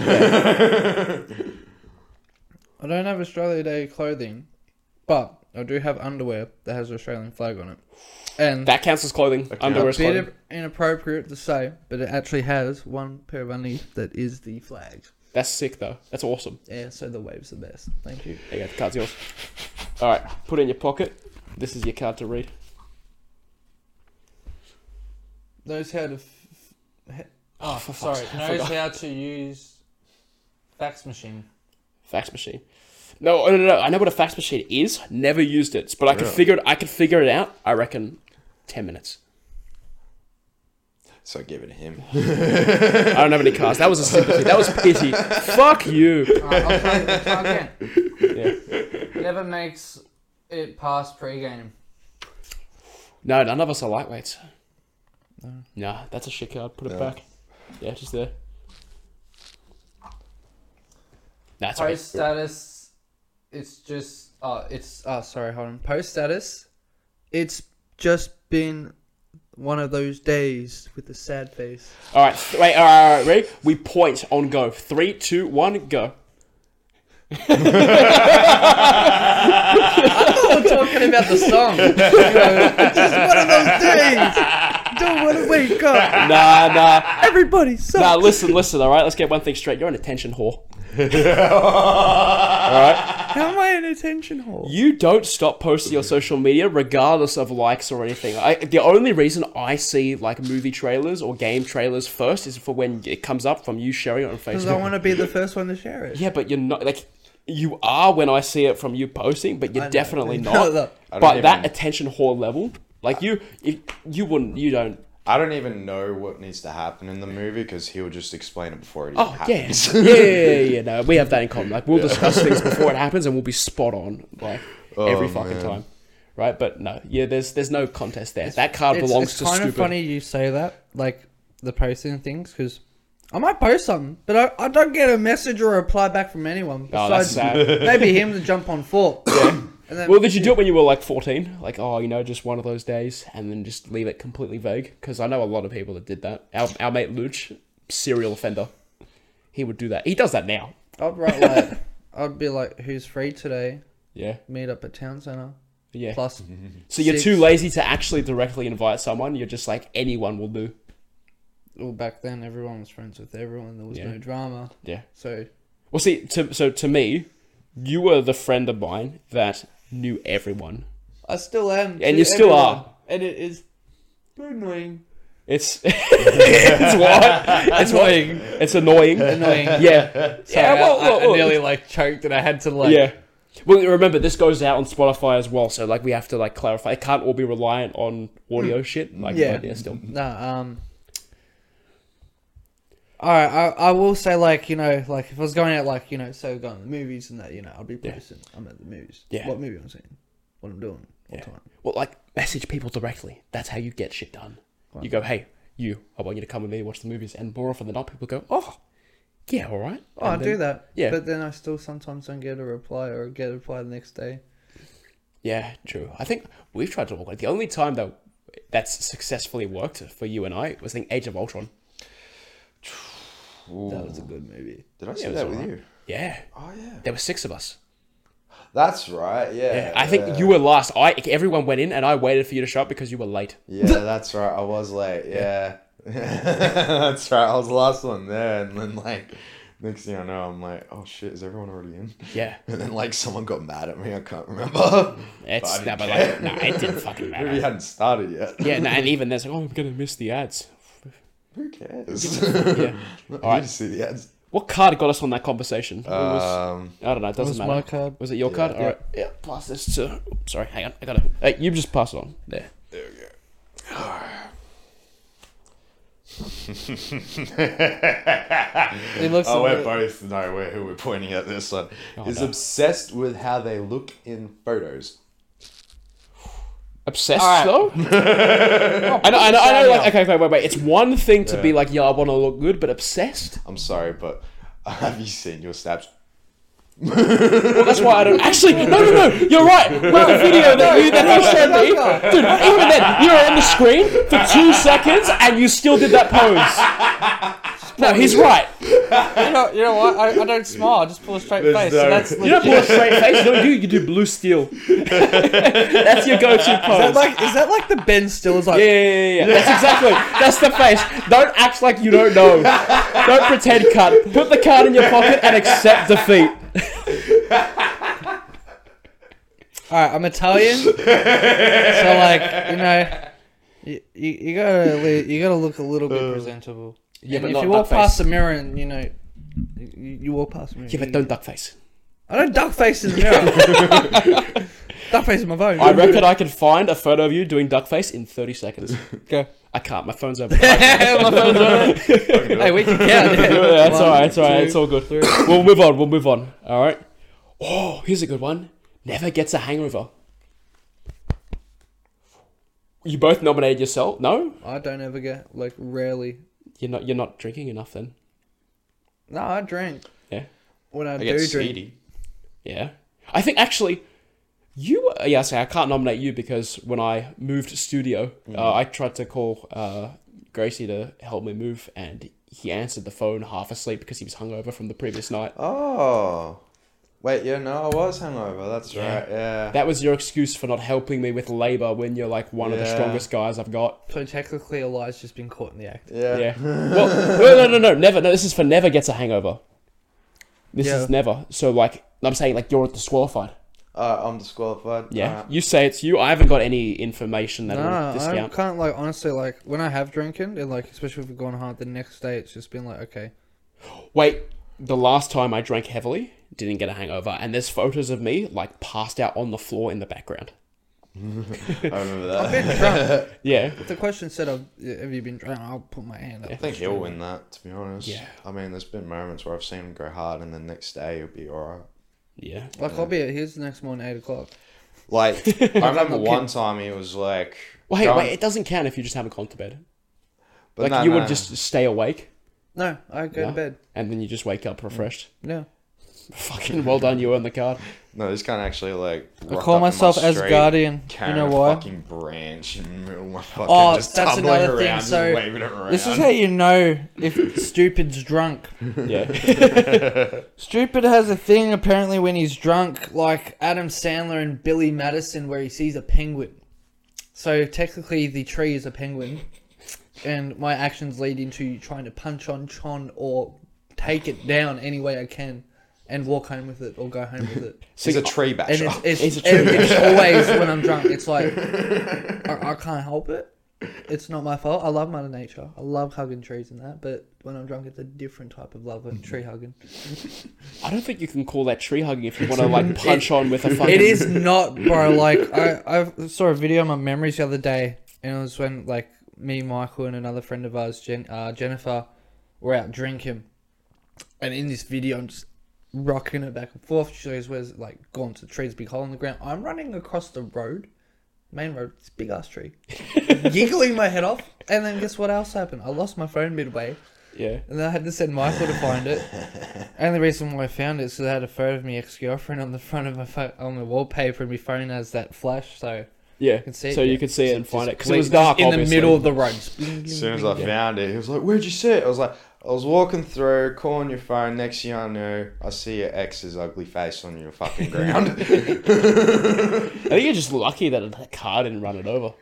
Speaker 1: I don't have Australia Day clothing, but I do have underwear that has the Australian flag on it. And
Speaker 2: that counts as clothing. Underwear is
Speaker 1: a bit
Speaker 2: clothing.
Speaker 1: inappropriate to say, but it actually has one pair of undies that is the flag.
Speaker 2: That's sick though. That's awesome.
Speaker 1: Yeah, so the wave's the best. Thank you.
Speaker 2: There you go. The card's yours. All right. Put it in your pocket. This is your card to read.
Speaker 1: Knows how to. F-
Speaker 2: Oh, for fuck's
Speaker 5: Sorry,
Speaker 2: sake, I
Speaker 5: knows
Speaker 2: forgot.
Speaker 5: how to use fax machine.
Speaker 2: fax machine. No, no, no, no. I know what a fax machine is. Never used it, but I could figure it. I could figure it out. I reckon, ten minutes.
Speaker 3: so give it to him.
Speaker 2: I don't have any cards. That was a sympathy. That was pity. Fuck you.
Speaker 5: Alright, I'll try, I'll try again.
Speaker 2: Yeah.
Speaker 5: Never makes it past pre-game.
Speaker 2: No, none of us are lightweights. Nah, that's a shit card. Put it back. Yeah, just there. That's right.
Speaker 5: Post status. It's just. Oh, it's.
Speaker 1: oh, sorry, hold on. Post status. It's just been one of those days with a sad face.
Speaker 2: All right, th- wait, all right, all right, ready? We point on go. Three, two, one, go.
Speaker 1: We're talking about the song. You know, it's just one of those days. Don't want to wake up.
Speaker 2: Nah, nah,
Speaker 1: Everybody sucks.
Speaker 2: nah. Listen, listen. All right, let's get one thing straight. You're an attention whore.
Speaker 1: How am I an attention whore?
Speaker 2: You don't stop posting your social media regardless of likes or anything. I, the only reason I see like movie trailers or game trailers first is for when it comes up from you sharing it on
Speaker 1: Because I
Speaker 2: Facebook.
Speaker 1: want to be the first one to share it.
Speaker 2: yeah, but you're not like you are when I see it from you posting, but you're
Speaker 1: know.
Speaker 2: definitely
Speaker 1: No,
Speaker 2: not.
Speaker 1: look.
Speaker 3: I don't
Speaker 2: But that
Speaker 3: even-
Speaker 2: attention whore level, like you, you, you wouldn't, you don't.
Speaker 3: I don't even know what needs to happen in the movie because he'll just explain it before it even
Speaker 2: Oh yeah,
Speaker 3: happens.
Speaker 2: yeah, yeah, yeah, yeah. No, we have that in common. Like we'll discuss things before it happens, and we'll be spot on like every
Speaker 3: Oh,
Speaker 2: fucking
Speaker 3: man.
Speaker 2: time, right? But no, yeah, there's there's no contest there. that card
Speaker 1: It's,
Speaker 2: belongs
Speaker 1: it's
Speaker 2: to
Speaker 1: kind
Speaker 2: stupid.
Speaker 1: of funny you say that, like the posting things, because I might post something, but I, I don't get a message or a reply back from anyone.
Speaker 2: Oh, that's
Speaker 1: Besides,
Speaker 2: sad.
Speaker 1: maybe him to jump on four. Yeah. And then,
Speaker 2: Well, did you do it when you were like 14? Like, oh, you know, just one of those days, and then just leave it completely vague? Because I know a lot of people that did that. Our, our mate Luch, serial offender, he would do that. He does that now.
Speaker 1: I'd write like, I'd be like, who's free today?
Speaker 2: Yeah.
Speaker 1: Meet up at town center.
Speaker 2: Yeah.
Speaker 1: plus.
Speaker 2: So you're too
Speaker 1: Six.
Speaker 2: lazy to actually directly invite someone. You're just like anyone will do.
Speaker 1: Well, back then everyone was friends with everyone. There was
Speaker 2: Yeah.
Speaker 1: no drama.
Speaker 2: Yeah.
Speaker 1: So
Speaker 2: Well, see, to, so to me, you were the friend of mine that knew everyone,
Speaker 1: I still am.
Speaker 2: and
Speaker 1: to
Speaker 2: you still
Speaker 1: everyone,
Speaker 2: are.
Speaker 1: And it is annoying.
Speaker 2: It's it's what it's annoying. It's annoying.
Speaker 1: Annoying.
Speaker 2: Yeah.
Speaker 1: Sorry,
Speaker 2: yeah. Well,
Speaker 1: I, I,
Speaker 2: well, well,
Speaker 1: I nearly like choked and I had to like.
Speaker 2: yeah. Well, remember this goes out on Spotify as well, so like we have to like clarify. It can't all be reliant on audio shit. Like,
Speaker 1: Hmm. Yeah.
Speaker 2: but yeah, still.
Speaker 1: Nah. Um. All right, I, I will say like you know like if I was going out like you know so going to the movies and that you know I'll be
Speaker 2: Yeah.
Speaker 1: posting I'm at the movies
Speaker 2: Yeah.
Speaker 1: what movie I'm seeing what I'm doing what
Speaker 2: Yeah.
Speaker 1: time
Speaker 2: Well, like message people directly. That's how you get shit done. You go, hey, you, I want you to come with me watch the movies, and more often than not, people go, oh, yeah, all right.
Speaker 1: oh I
Speaker 2: And then-
Speaker 1: do that
Speaker 2: yeah.
Speaker 1: but then I still sometimes don't get a reply or get a reply the next day
Speaker 2: Yeah, true. I think we've tried to organize. The only time that that's successfully worked for you and I was in Age of Ultron.
Speaker 1: that was a good movie
Speaker 3: Did I see
Speaker 2: it was
Speaker 3: that with
Speaker 2: alright.
Speaker 3: you?
Speaker 2: Yeah,
Speaker 3: Oh yeah.
Speaker 2: there were six of us.
Speaker 3: That's right. Yeah.
Speaker 2: Yeah, I think you were last. I everyone went in, and I waited for you to show up because you were late.
Speaker 3: Yeah, that's right. I was late. Yeah. that's right. I was the last one there, and then like next thing I know, I'm like, oh shit, is everyone already in?
Speaker 2: Yeah,
Speaker 3: And then like someone got mad at me. I can't remember.
Speaker 2: it's
Speaker 3: I
Speaker 2: nah,
Speaker 3: didn't
Speaker 2: but
Speaker 3: care.
Speaker 2: like, nah, it didn't fucking
Speaker 3: Maybe you
Speaker 2: matter.
Speaker 3: hadn't started yet.
Speaker 2: Yeah, nah, and even there's like, oh, I'm gonna miss the ads.
Speaker 3: Who cares?
Speaker 2: Yeah.
Speaker 3: All
Speaker 2: Alright.
Speaker 3: right. You see the ads.
Speaker 2: What card got us on that conversation? It was-
Speaker 3: Um,
Speaker 2: I don't know. It doesn't
Speaker 1: was
Speaker 2: matter.
Speaker 1: my card.
Speaker 2: Was it your card? All right. Yeah. Pass this to. Oops, sorry. Hang on. I gotta. Hey, you just pass it on. There.
Speaker 1: it looks
Speaker 3: oh,
Speaker 1: a
Speaker 3: we're
Speaker 1: bit-
Speaker 3: both know we're, who we're pointing at this one. is
Speaker 2: Oh, no.
Speaker 3: obsessed with how they look in photos.
Speaker 2: Obsessed though. I know. I know. I know. Like, okay. Wait. Wait. Wait. It's one thing to be like, yeah, I want to look good, but obsessed.
Speaker 3: I'm sorry, but have you seen your snaps?
Speaker 2: Well, that's why I don't actually. No, no, no. You're right. Well, the video that you that you showed me, dude. Even then, you were on the screen for two seconds, and you still did that pose. No, he's right.
Speaker 5: You know, you know what? I, I don't smile. I just pull a straight
Speaker 3: There's
Speaker 5: face.
Speaker 3: no-
Speaker 5: So that's
Speaker 2: You don't pull a straight face. You don't do. You do blue steel. that's your go-to pose.
Speaker 1: Is that like is that like the Ben Stiller's like
Speaker 2: Yeah, yeah, yeah, yeah. That's exactly. That's the face. Don't act like you don't know. Don't pretend cut. Put the card in your pocket and accept defeat.
Speaker 1: All right, I'm Italian, so like you know, you, you, you gotta li- you gotta look a little bit presentable. Yeah,
Speaker 2: Uh, but
Speaker 1: if
Speaker 2: not
Speaker 1: you walk
Speaker 2: duck face.
Speaker 1: past the mirror and you know, you, you walk past the mirror.
Speaker 2: Yeah, but
Speaker 1: you-
Speaker 2: don't duck face.
Speaker 1: I don't duck face in the mirror. duck face in my phone.
Speaker 2: I reckon I can find a photo of you doing duck face in 30 seconds.
Speaker 1: Go.
Speaker 2: I can't. My phone's over. yeah,
Speaker 1: My phone's on. hey, we can count. Yeah.
Speaker 2: it's all right. It's all right.
Speaker 1: One,
Speaker 2: It's all good. We'll move on. We'll move on. All right. Oh, here's a good one. Never gets a hangover. You both nominated yourself. No,
Speaker 1: two. I don't ever get like rarely.
Speaker 2: you're not. You're not drinking enough then.
Speaker 1: No, I drink
Speaker 2: Yeah.
Speaker 1: when I,
Speaker 3: I
Speaker 1: do
Speaker 3: get
Speaker 1: drink.
Speaker 3: seedy.
Speaker 2: Yeah. I think actually, you. Yeah, so I can't nominate you because when I moved studio, uh, I tried to call uh, Gracie to help me move, and he answered the phone half asleep because he was hungover from the previous night.
Speaker 3: Oh, wait, yeah, no, I was hungover. That's right. Yeah.
Speaker 2: That was your excuse for not helping me with labor when you're like one of the
Speaker 3: Yeah.
Speaker 2: strongest guys I've got.
Speaker 1: So technically, Eli's just been caught in the act.
Speaker 3: yeah.
Speaker 2: Yeah. well, no, no, no, no, never. No, this is for never gets a hangover. This
Speaker 1: Yeah.
Speaker 2: is never. So like, I'm saying like you're disqualified.
Speaker 3: Uh, I'm disqualified.
Speaker 2: Yeah.
Speaker 3: Alright.
Speaker 2: You say it's you. I haven't got any information that will
Speaker 1: Nah, I
Speaker 2: discount.
Speaker 1: can't like honestly like when I have drinking and like especially if we've gone hard the next day it's just been like okay
Speaker 2: Wait, the last time I drank heavily, didn't get a hangover, and there's photos of me like passed out on the floor in the background.
Speaker 3: I remember that. I
Speaker 1: been drunk.
Speaker 2: Yeah.
Speaker 1: If the question said, "Have have you been drunk?" I'll put my hand up.
Speaker 3: think he'll win that, to be honest.
Speaker 2: Yeah.
Speaker 3: I mean, there's been moments where I've seen him go hard, and the next day he'll be all right.
Speaker 2: Yeah.
Speaker 1: Like I'll be at his the next morning, eight o'clock.
Speaker 3: Like, I remember
Speaker 1: not
Speaker 3: one time he was like,
Speaker 2: Well, hey,
Speaker 3: going-
Speaker 2: wait, it doesn't count if you just haven't gone to bed.
Speaker 3: but
Speaker 2: like
Speaker 3: no,
Speaker 2: you
Speaker 3: no.
Speaker 2: would just stay awake
Speaker 1: No, I go
Speaker 2: Yeah.
Speaker 1: to bed.
Speaker 2: and then you just wake up refreshed.
Speaker 1: No,
Speaker 2: Fucking well done, you earned the card.
Speaker 3: No, this kind of actually like.
Speaker 1: I
Speaker 3: rocked
Speaker 1: call
Speaker 3: up in my
Speaker 1: myself as
Speaker 3: street,
Speaker 1: guardian. You
Speaker 3: carrying
Speaker 1: know
Speaker 3: a
Speaker 1: why?
Speaker 3: Fucking branch in the middle of my fucking
Speaker 1: Oh,
Speaker 3: just
Speaker 1: that's
Speaker 3: tumbling
Speaker 1: another
Speaker 3: around,
Speaker 1: thing,
Speaker 3: just
Speaker 1: so
Speaker 3: waving it around.
Speaker 1: This is how you know if stupid's drunk.
Speaker 2: Yeah.
Speaker 1: Stupid has a thing apparently when he's drunk, like Adam Sandler and Billy Madison, where he sees a penguin. So technically, the tree is a penguin, and my actions lead into trying to punch on Chon or take it down any way I can, and walk home with it or go home with it.
Speaker 3: He's a tree
Speaker 1: And
Speaker 3: basher.
Speaker 1: it's, it's,
Speaker 2: He's a
Speaker 1: it- it's always when I'm drunk. It's like I, I can't help it. It's not my fault. I love Mother Nature. I love hugging trees and that, but when I'm drunk, it's a different type of love.
Speaker 2: Mm-hmm.
Speaker 1: Like tree hugging.
Speaker 2: I don't think you can call that tree hugging if you want to like punch on with a fucking.
Speaker 1: It is not, bro. Like I, I saw a video on my memories the other day, and it was when like me, Michael, and another friend of ours, Jen, uh, Jennifer, were out drinking, and in this video, I'm just rocking it back and forth. She goes, "Where's like gone to the trees, big hole in the ground." I'm running across the road, main road, it's a big ass tree, giggling my head off, and then guess what else happened? I lost my phone midway.
Speaker 2: Yeah.
Speaker 1: And then I had to send Michael to find it. and the reason why I found it is because I had a photo of my ex girlfriend on the front of my phone, on the wallpaper, and my phone has that flash, so
Speaker 2: Yeah.
Speaker 1: can see it,
Speaker 2: So you
Speaker 1: yeah.
Speaker 2: could see it and find it because it
Speaker 1: Like,
Speaker 2: was dark.
Speaker 1: in
Speaker 2: obviously.
Speaker 1: the middle of the road. Just
Speaker 3: As soon as I found it, he was like, "Where'd you sit?" I was like, "I was walking through, calling your phone. Next thing I knew, I see your ex's ugly face on your fucking ground."
Speaker 2: I think you're just lucky that a car didn't run it over.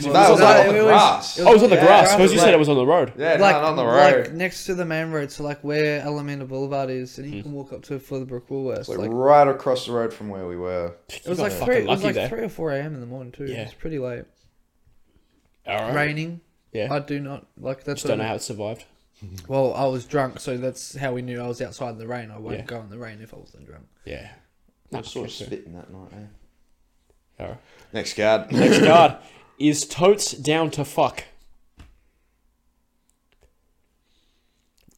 Speaker 3: No, I was
Speaker 1: No,
Speaker 3: like, on
Speaker 1: it
Speaker 3: the
Speaker 1: was-
Speaker 3: grass.
Speaker 1: it
Speaker 2: Oh, it was on the
Speaker 1: Yeah,
Speaker 2: grass.
Speaker 1: I
Speaker 2: Because
Speaker 1: was
Speaker 2: you
Speaker 1: like-
Speaker 2: said it was on the road.
Speaker 3: yeah,
Speaker 1: like,
Speaker 3: no, not on the road.
Speaker 1: like next to the main road, so like where Alameda Boulevard is, and you
Speaker 2: Hmm.
Speaker 1: can walk up to it for the Brook Woolworths.
Speaker 3: It's like
Speaker 1: Like,
Speaker 3: right across the road from where we were.
Speaker 1: it was like three, it was like three or four a.m. in the morning too.
Speaker 2: Yeah.
Speaker 1: It's pretty late.
Speaker 2: All right.
Speaker 1: Raining.
Speaker 2: Yeah.
Speaker 1: I do not like that's
Speaker 2: Just don't
Speaker 1: what-
Speaker 2: know how it survived.
Speaker 1: Well, I was drunk, so that's how we knew I was outside in the rain. I won't
Speaker 2: Yeah.
Speaker 1: go in the rain if I wasn't drunk.
Speaker 2: Yeah.
Speaker 3: I was sort of spitting that night. Eh?
Speaker 2: All right.
Speaker 3: Next card.
Speaker 2: Next card is totes down to fuck.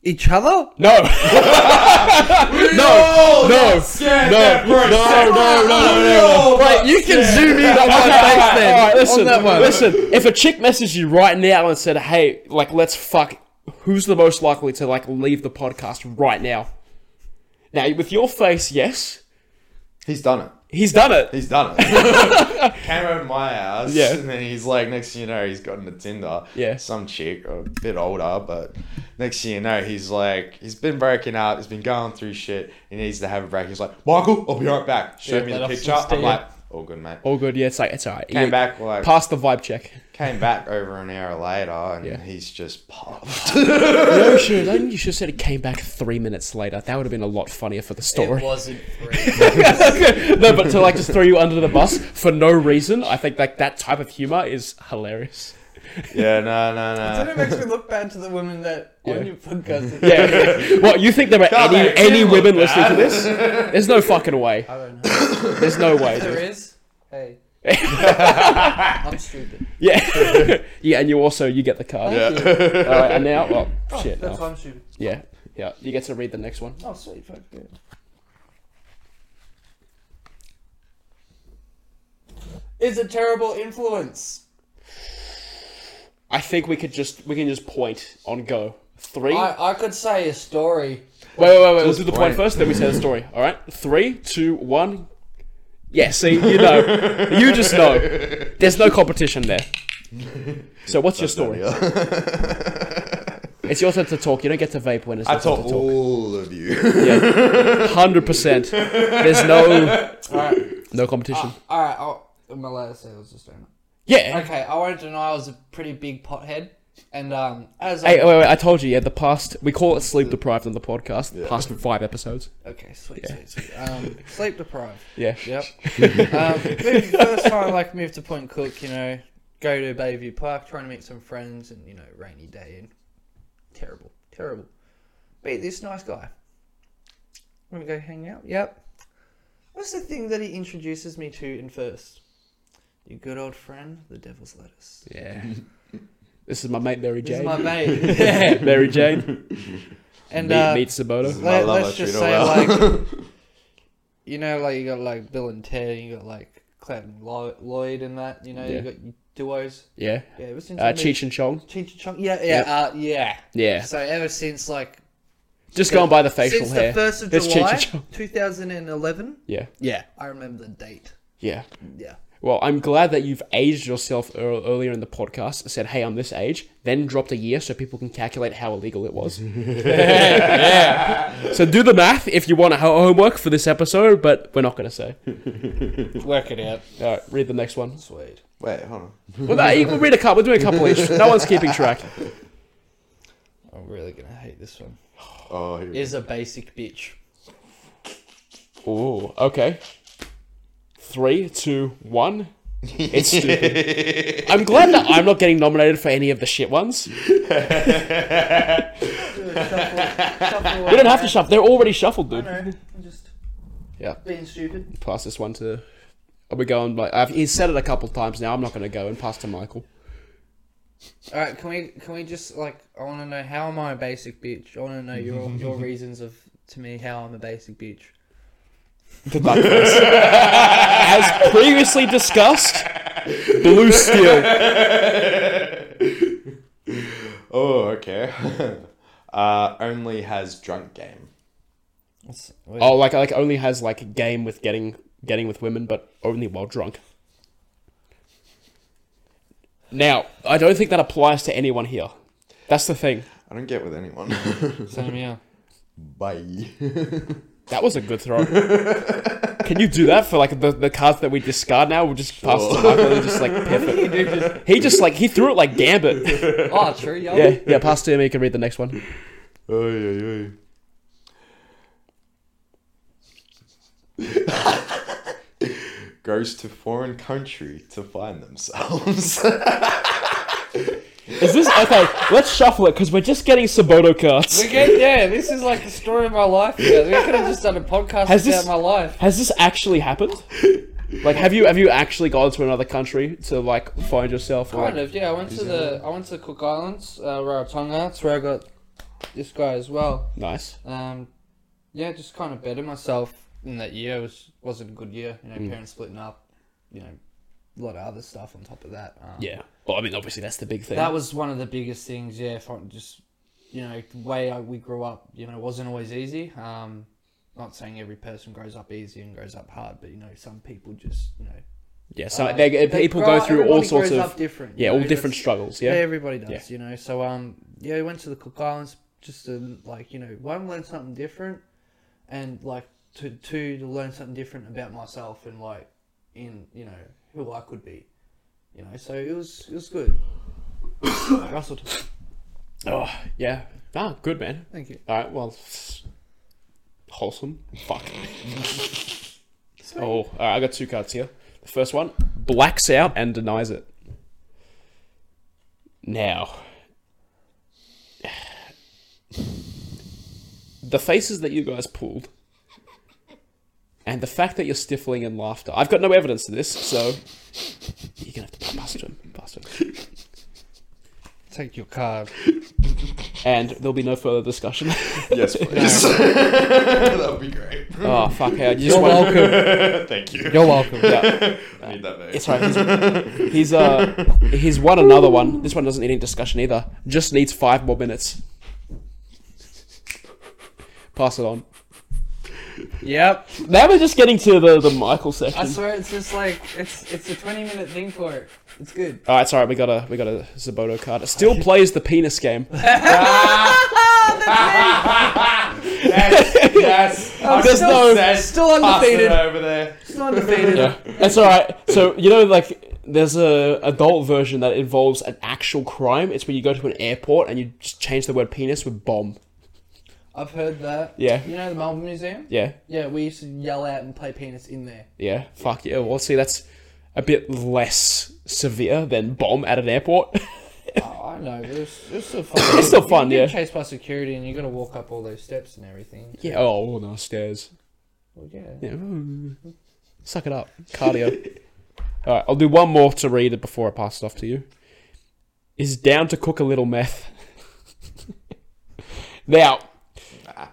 Speaker 1: Each other?
Speaker 2: No. no. No. No. No. No. No. No. No.
Speaker 1: Wait, you can zoom in
Speaker 2: Okay,
Speaker 1: on my face
Speaker 2: alright,
Speaker 1: then.
Speaker 2: alright, listen,
Speaker 1: on that one.
Speaker 2: listen. If a chick messaged you right now and said, "Hey, like, let's fuck," who's the most likely to like leave the podcast right now? Now, with your face, yes,
Speaker 3: He's done it.
Speaker 2: he's done it.
Speaker 3: He's done it. Came over to my house.
Speaker 2: Yeah.
Speaker 3: And then he's like, next thing you know, he's gotten a Tinder.
Speaker 2: Yeah.
Speaker 3: Some chick, a bit older, but next thing you know, he's like, he's been breaking up. He's been going through shit. He needs to have a break. He's like, Michael, I'll be right back. Show
Speaker 2: Yeah,
Speaker 3: me
Speaker 2: let
Speaker 3: the
Speaker 2: us
Speaker 3: picture.
Speaker 2: just
Speaker 3: I'm
Speaker 2: stay
Speaker 3: like, all good, mate.
Speaker 2: All good. Oh, Yeah, it's like it's alright.
Speaker 3: Came
Speaker 2: You-
Speaker 3: back like
Speaker 2: Pass the vibe check.
Speaker 3: came back over an hour later, and
Speaker 2: Yeah.
Speaker 3: he's just puffed.
Speaker 2: No, you should. I think you should have said it came back three minutes later. That would have been a lot funnier for the story.
Speaker 5: It wasn't free.
Speaker 2: no, but to like just throw you under the bus for no reason, I think like that type of humor is hilarious.
Speaker 3: yeah, no, no, no.
Speaker 1: it makes me look bad to the women that
Speaker 2: Yeah.
Speaker 1: on your podcast.
Speaker 2: Yeah. what you think there were
Speaker 3: God,
Speaker 2: any
Speaker 3: that
Speaker 2: any
Speaker 3: did look
Speaker 2: women listening to
Speaker 3: bad.
Speaker 2: this? There's no fucking way.
Speaker 1: I don't know.
Speaker 2: There's no way.
Speaker 5: there
Speaker 2: dude.
Speaker 5: is. Hey.
Speaker 1: I'm stupid.
Speaker 2: Yeah. yeah, and you also you get the card.
Speaker 3: Yeah.
Speaker 2: All right, and now, oh shit,
Speaker 1: That's
Speaker 2: no.
Speaker 1: why I'm stupid.
Speaker 2: yeah, yeah, you get to read the next one.
Speaker 1: Oh, sweet. Fuck yeah.
Speaker 5: Is a terrible influence.
Speaker 2: I think we could just we can just point on go three. Wait,
Speaker 5: I, I could say a story.
Speaker 2: wait, wait, wait. Let's do the point
Speaker 3: point.
Speaker 2: first, then we say the story. All right, three, two, one. Yeah, see, you know, you just know. There's no competition there. So what's your story? It's your turn to talk. You don't get to vape when it's
Speaker 3: I
Speaker 2: your turn
Speaker 3: taught
Speaker 2: to talk.
Speaker 3: all of you.
Speaker 2: Hundred percent. There's no no
Speaker 1: Ah.
Speaker 2: competition.
Speaker 5: All right. I'll, am I allowed to say I was a stoner?
Speaker 2: Yeah.
Speaker 5: Okay. I won't deny I was a pretty big pothead, and um, as
Speaker 2: Hey, oh,
Speaker 5: I,
Speaker 2: wait, wait, I told you. Yeah, the past we call it sleep deprived on the podcast. Past five episodes.
Speaker 5: okay, sweet, sweet, sweet. Um,
Speaker 1: Sleep deprived.
Speaker 2: Yeah.
Speaker 1: Yep. um, maybe the first time, like, moved to Point Cook, you know, go to Bayview Park, trying to meet some friends, and you know, rainy day, and terrible, terrible. Meet this nice guy. Want to go hang out? Yep. What's the thing that he introduces me to in first? Your good old friend, the Devil's Lettuce.
Speaker 2: Yeah. This is my mate Mary
Speaker 1: This
Speaker 2: Jane.
Speaker 1: is my mate.
Speaker 2: Mary Jane.
Speaker 1: And
Speaker 2: Meet,
Speaker 1: uh,
Speaker 2: meet Sabota.
Speaker 1: let,
Speaker 3: love
Speaker 1: us
Speaker 3: that
Speaker 1: just
Speaker 3: treat
Speaker 1: say,
Speaker 3: well.
Speaker 1: like, you know, like you got like Bill and Ted, you got like Cloud and Lo- Lloyd, and that. You know,
Speaker 2: Yeah.
Speaker 1: you got your duos.
Speaker 2: Yeah.
Speaker 1: Yeah, ever since
Speaker 2: Uh,
Speaker 1: I moved-
Speaker 2: Cheech and Chong.
Speaker 1: Cheech and Chong. uh, Yeah, yeah,
Speaker 2: Yep.
Speaker 1: uh, yeah.
Speaker 2: Yeah.
Speaker 1: So ever since like
Speaker 2: Just going by the facial
Speaker 7: Since
Speaker 2: hair.
Speaker 7: the first of
Speaker 2: It's
Speaker 7: July,
Speaker 2: Cheech and Chong.
Speaker 7: 2011.
Speaker 2: Yeah, yeah,
Speaker 7: I remember the date.
Speaker 2: yeah.
Speaker 7: Yeah.
Speaker 2: Well, I'm glad that you've aged yourself ear- earlier in the podcast. Said, "Hey, I'm this age," then dropped a year so people can calculate how illegal it was. So do the math if you want ho- homework for this episode, but we're not going to say.
Speaker 1: Work it out.
Speaker 2: All right, read the next one.
Speaker 1: Sweet.
Speaker 3: Wait, hold on.
Speaker 2: Well, no, you can read a couple. We're doing a couple each. No one's keeping track.
Speaker 1: I'm really gonna hate this one.
Speaker 3: Oh, here we
Speaker 1: Is a basic bitch.
Speaker 2: Ooh, okay. Three, two, one. It's stupid. I'm glad that I'm not getting nominated for any of the shit ones. you don't have to shuffle. They're already shuffled, dude.
Speaker 7: I'm just
Speaker 2: Yeah.
Speaker 7: being stupid.
Speaker 2: Pass this one to. Are we going? Like, I've, he's said it a couple times now. I'm not going to go and pass to Michael.
Speaker 7: All right, can we can we just like I want to know how am I a basic bitch? I want to know your your reasons of to me how I'm a basic bitch.
Speaker 2: The duck face. As previously discussed, blue steel.
Speaker 3: Oh, okay. uh, only has drunk game.
Speaker 1: That's weird.
Speaker 2: Oh, like like only has like a game with getting getting with women, but only while drunk. Now, I don't think that applies to anyone here. That's the thing.
Speaker 3: I don't get with anyone.
Speaker 1: Same here.
Speaker 3: Bye.
Speaker 2: That was a good throw. Can you do that for like the, the cards that we discard now? We'll just pass to Michael and just like piff it. He just like he threw it like gambit.
Speaker 1: Oh, true. Yeah.
Speaker 2: Yeah, yeah, pass to him, you can read the next one.
Speaker 3: Oi, oi, oi. Goes to foreign country to find themselves.
Speaker 2: Is this okay? Let's shuffle it because we're just getting Saboto cards.
Speaker 1: Okay, yeah, this is like the story of my life. Yeah. We could have just done a podcast
Speaker 2: Has
Speaker 1: about
Speaker 2: this-
Speaker 1: my life.
Speaker 2: Has this actually happened? Like, have you have you actually gone to another country to like find yourself? or,
Speaker 1: Kind of, yeah. I went to the I went to the Cook Islands, uh, Rarotonga. That's where I got this guy as well.
Speaker 2: Nice.
Speaker 1: Um, yeah, just kind of better myself in that year. It was wasn't a good year. You know,
Speaker 2: Mm.
Speaker 1: parents splitting up. You know, a lot of other stuff on top of that. Um,
Speaker 2: Yeah. Well, I mean, obviously that's the big thing.
Speaker 1: That was one of the biggest things, yeah. From just you know the way I, we grew up, you know, it wasn't always easy. Um, not saying every person grows up easy and grows up hard, but you know, some people just you know
Speaker 2: yeah. So they, people go through all
Speaker 1: everybody
Speaker 2: sorts
Speaker 1: grows
Speaker 2: of
Speaker 1: up different.
Speaker 2: yeah,
Speaker 1: you
Speaker 2: all
Speaker 1: know,
Speaker 2: different
Speaker 1: that's-
Speaker 2: struggles.
Speaker 1: Yeah,
Speaker 2: Yeah.
Speaker 1: everybody does,
Speaker 2: Yeah.
Speaker 1: you know. So um, yeah, we went to the Cook Islands just to like you know one learn something different, and like to two to learn something different about myself and like in you know who I could be, you know. So it was it was good. Russell,
Speaker 2: Oh, yeah. Ah, good man.
Speaker 1: thank you.
Speaker 2: All right. Well, s- wholesome. Fuck. oh, all right. I got two cards here. The first one blacks out and denies it. Now, the faces that you guys pulled, and the fact that you're stifling in laughter. I've got no evidence of this, so you're gonna have to bust him. Bust him.
Speaker 1: Take your card.
Speaker 2: And there'll be no further discussion.
Speaker 3: yes, please. That'd be great.
Speaker 2: oh fuck! hell, You just
Speaker 1: You're
Speaker 2: went-
Speaker 1: welcome.
Speaker 3: Thank you.
Speaker 1: You're welcome.
Speaker 2: Yeah.
Speaker 3: I need that back.
Speaker 2: It's right. Eh, He's, he's uh he's won another one. This one doesn't need any discussion either. Just needs five more minutes. Pass it on.
Speaker 1: Yep.
Speaker 2: Now we're just getting to the, the Michael section.
Speaker 1: I swear, it's just like it's it's a twenty minute thing for it. It's good.
Speaker 2: All right, sorry, we got a we got a Zaboto card. It still plays the penis game.
Speaker 3: yes, yes. I'm
Speaker 2: There's no-
Speaker 1: Still
Speaker 3: it
Speaker 1: undefeated.
Speaker 3: over there.
Speaker 1: Still undefeated.
Speaker 2: Yeah, that's all right. So you know, like there's a adult version that involves an actual crime. It's when you go to an airport and you just change the word penis with bomb.
Speaker 1: I've heard that.
Speaker 2: Yeah.
Speaker 1: You know the Melbourne Museum?
Speaker 2: Yeah,
Speaker 1: Yeah, we used to yell out and play penis in there.
Speaker 2: Yeah, fuck yeah. Well, see, that's a bit less severe than bomb at an airport.
Speaker 1: Oh, I know. It was, it was still fun.
Speaker 2: It's still fun,
Speaker 1: you
Speaker 2: yeah.
Speaker 1: Get chased by security, and you got to walk up all those steps and everything.
Speaker 2: yeah. Oh, no stairs.
Speaker 1: Well, yeah.
Speaker 2: Yeah. Suck it up, cardio. All right, I'll do one more to read it before I pass it off to you. Is down to cook a little meth. now, Ah.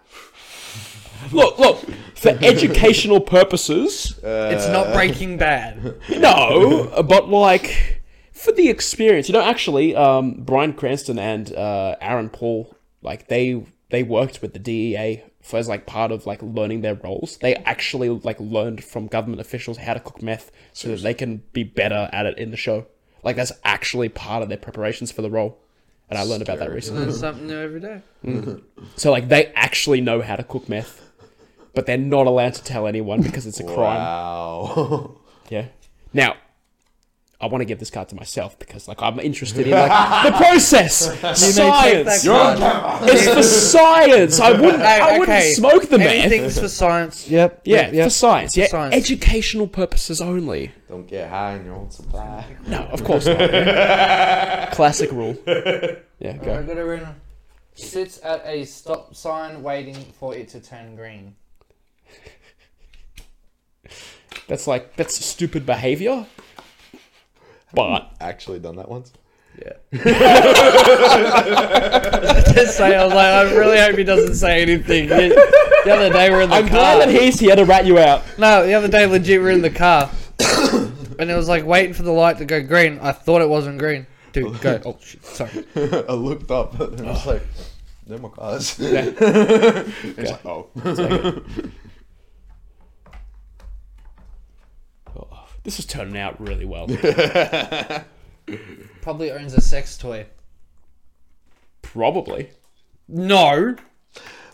Speaker 2: look, look. For educational purposes,
Speaker 7: it's not Breaking Bad.
Speaker 2: No, but like for the experience, you know. Actually, um, Brian Cranston and uh, Aaron Paul, like they they worked with the DEA for as like part of like learning their roles. They actually like learned from government officials how to cook meth so that they can be better at it in the show. Like that's actually part of their preparations for the role. And I learned about that
Speaker 3: Scary.
Speaker 2: recently.
Speaker 1: Learn something new every day.
Speaker 2: So like they actually know how to cook meth, but they're not allowed to tell anyone because it's a crime.
Speaker 3: Wow.
Speaker 2: Yeah. Now, I want to give this card to myself because like I'm interested in like the process, science.
Speaker 1: You're on
Speaker 2: It's for science. I wouldn't. I wouldn't
Speaker 1: Oh, okay.
Speaker 2: smoke the man.
Speaker 1: Everything's for science.
Speaker 5: Yep.
Speaker 2: Yeah, for science. Yeah,
Speaker 1: science.
Speaker 2: educational purposes only.
Speaker 3: Don't get high in your own supply.
Speaker 2: No, of course not. Classic rule. Yeah,
Speaker 1: I
Speaker 2: go.
Speaker 1: got it written. Sits at a stop sign waiting for it to turn green.
Speaker 2: That's like that's stupid behavior. But
Speaker 3: Actually done that once.
Speaker 1: Just say, I was like, I really hope he doesn't say anything. The other day we're in the
Speaker 2: I'm
Speaker 1: car.
Speaker 2: glad that he's here to rat you out.
Speaker 1: No, the other day, legit, we're in the car, and it was like waiting for the light to go green. I thought it wasn't green. Dude, go. Oh shit, sorry.
Speaker 3: I looked up and I was like, they're my cars. It's like, oh.
Speaker 2: Oh, this is turning out really well.
Speaker 1: Probably owns a sex toy.
Speaker 2: Probably.
Speaker 1: No.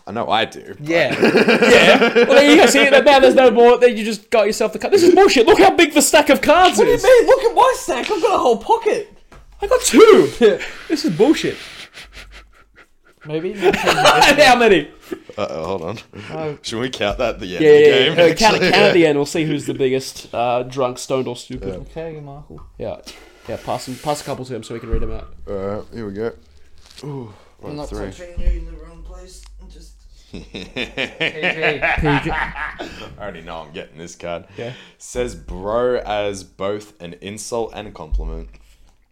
Speaker 3: I know I do.
Speaker 1: Yeah.
Speaker 2: Well, there you go. See, now there's no more. Then you just got yourself the card. This is bullshit. Look how big the stack of cards is.
Speaker 1: Look at my stack. I've got a whole pocket.
Speaker 2: I got two. this is bullshit.
Speaker 1: Maybe.
Speaker 2: how many?
Speaker 3: Uh oh, hold on. Should we count that at the end
Speaker 2: Yeah,
Speaker 3: of the
Speaker 2: yeah,
Speaker 3: game?
Speaker 2: yeah. Uh, count,
Speaker 3: actually?
Speaker 2: count at the end. We'll see who's the biggest uh, drunk, stoned, or stupid.
Speaker 1: okay, Michael.
Speaker 2: Yeah. yeah. pass them, pass a couple to him so we can read them out.
Speaker 3: Alright, here we go. Ooh, one,
Speaker 1: not
Speaker 3: three.
Speaker 1: touching.
Speaker 5: You're in the wrong place. Just
Speaker 1: PG.
Speaker 3: I already know I'm getting this card.
Speaker 2: Yeah.
Speaker 3: Says bro as both an insult and a compliment.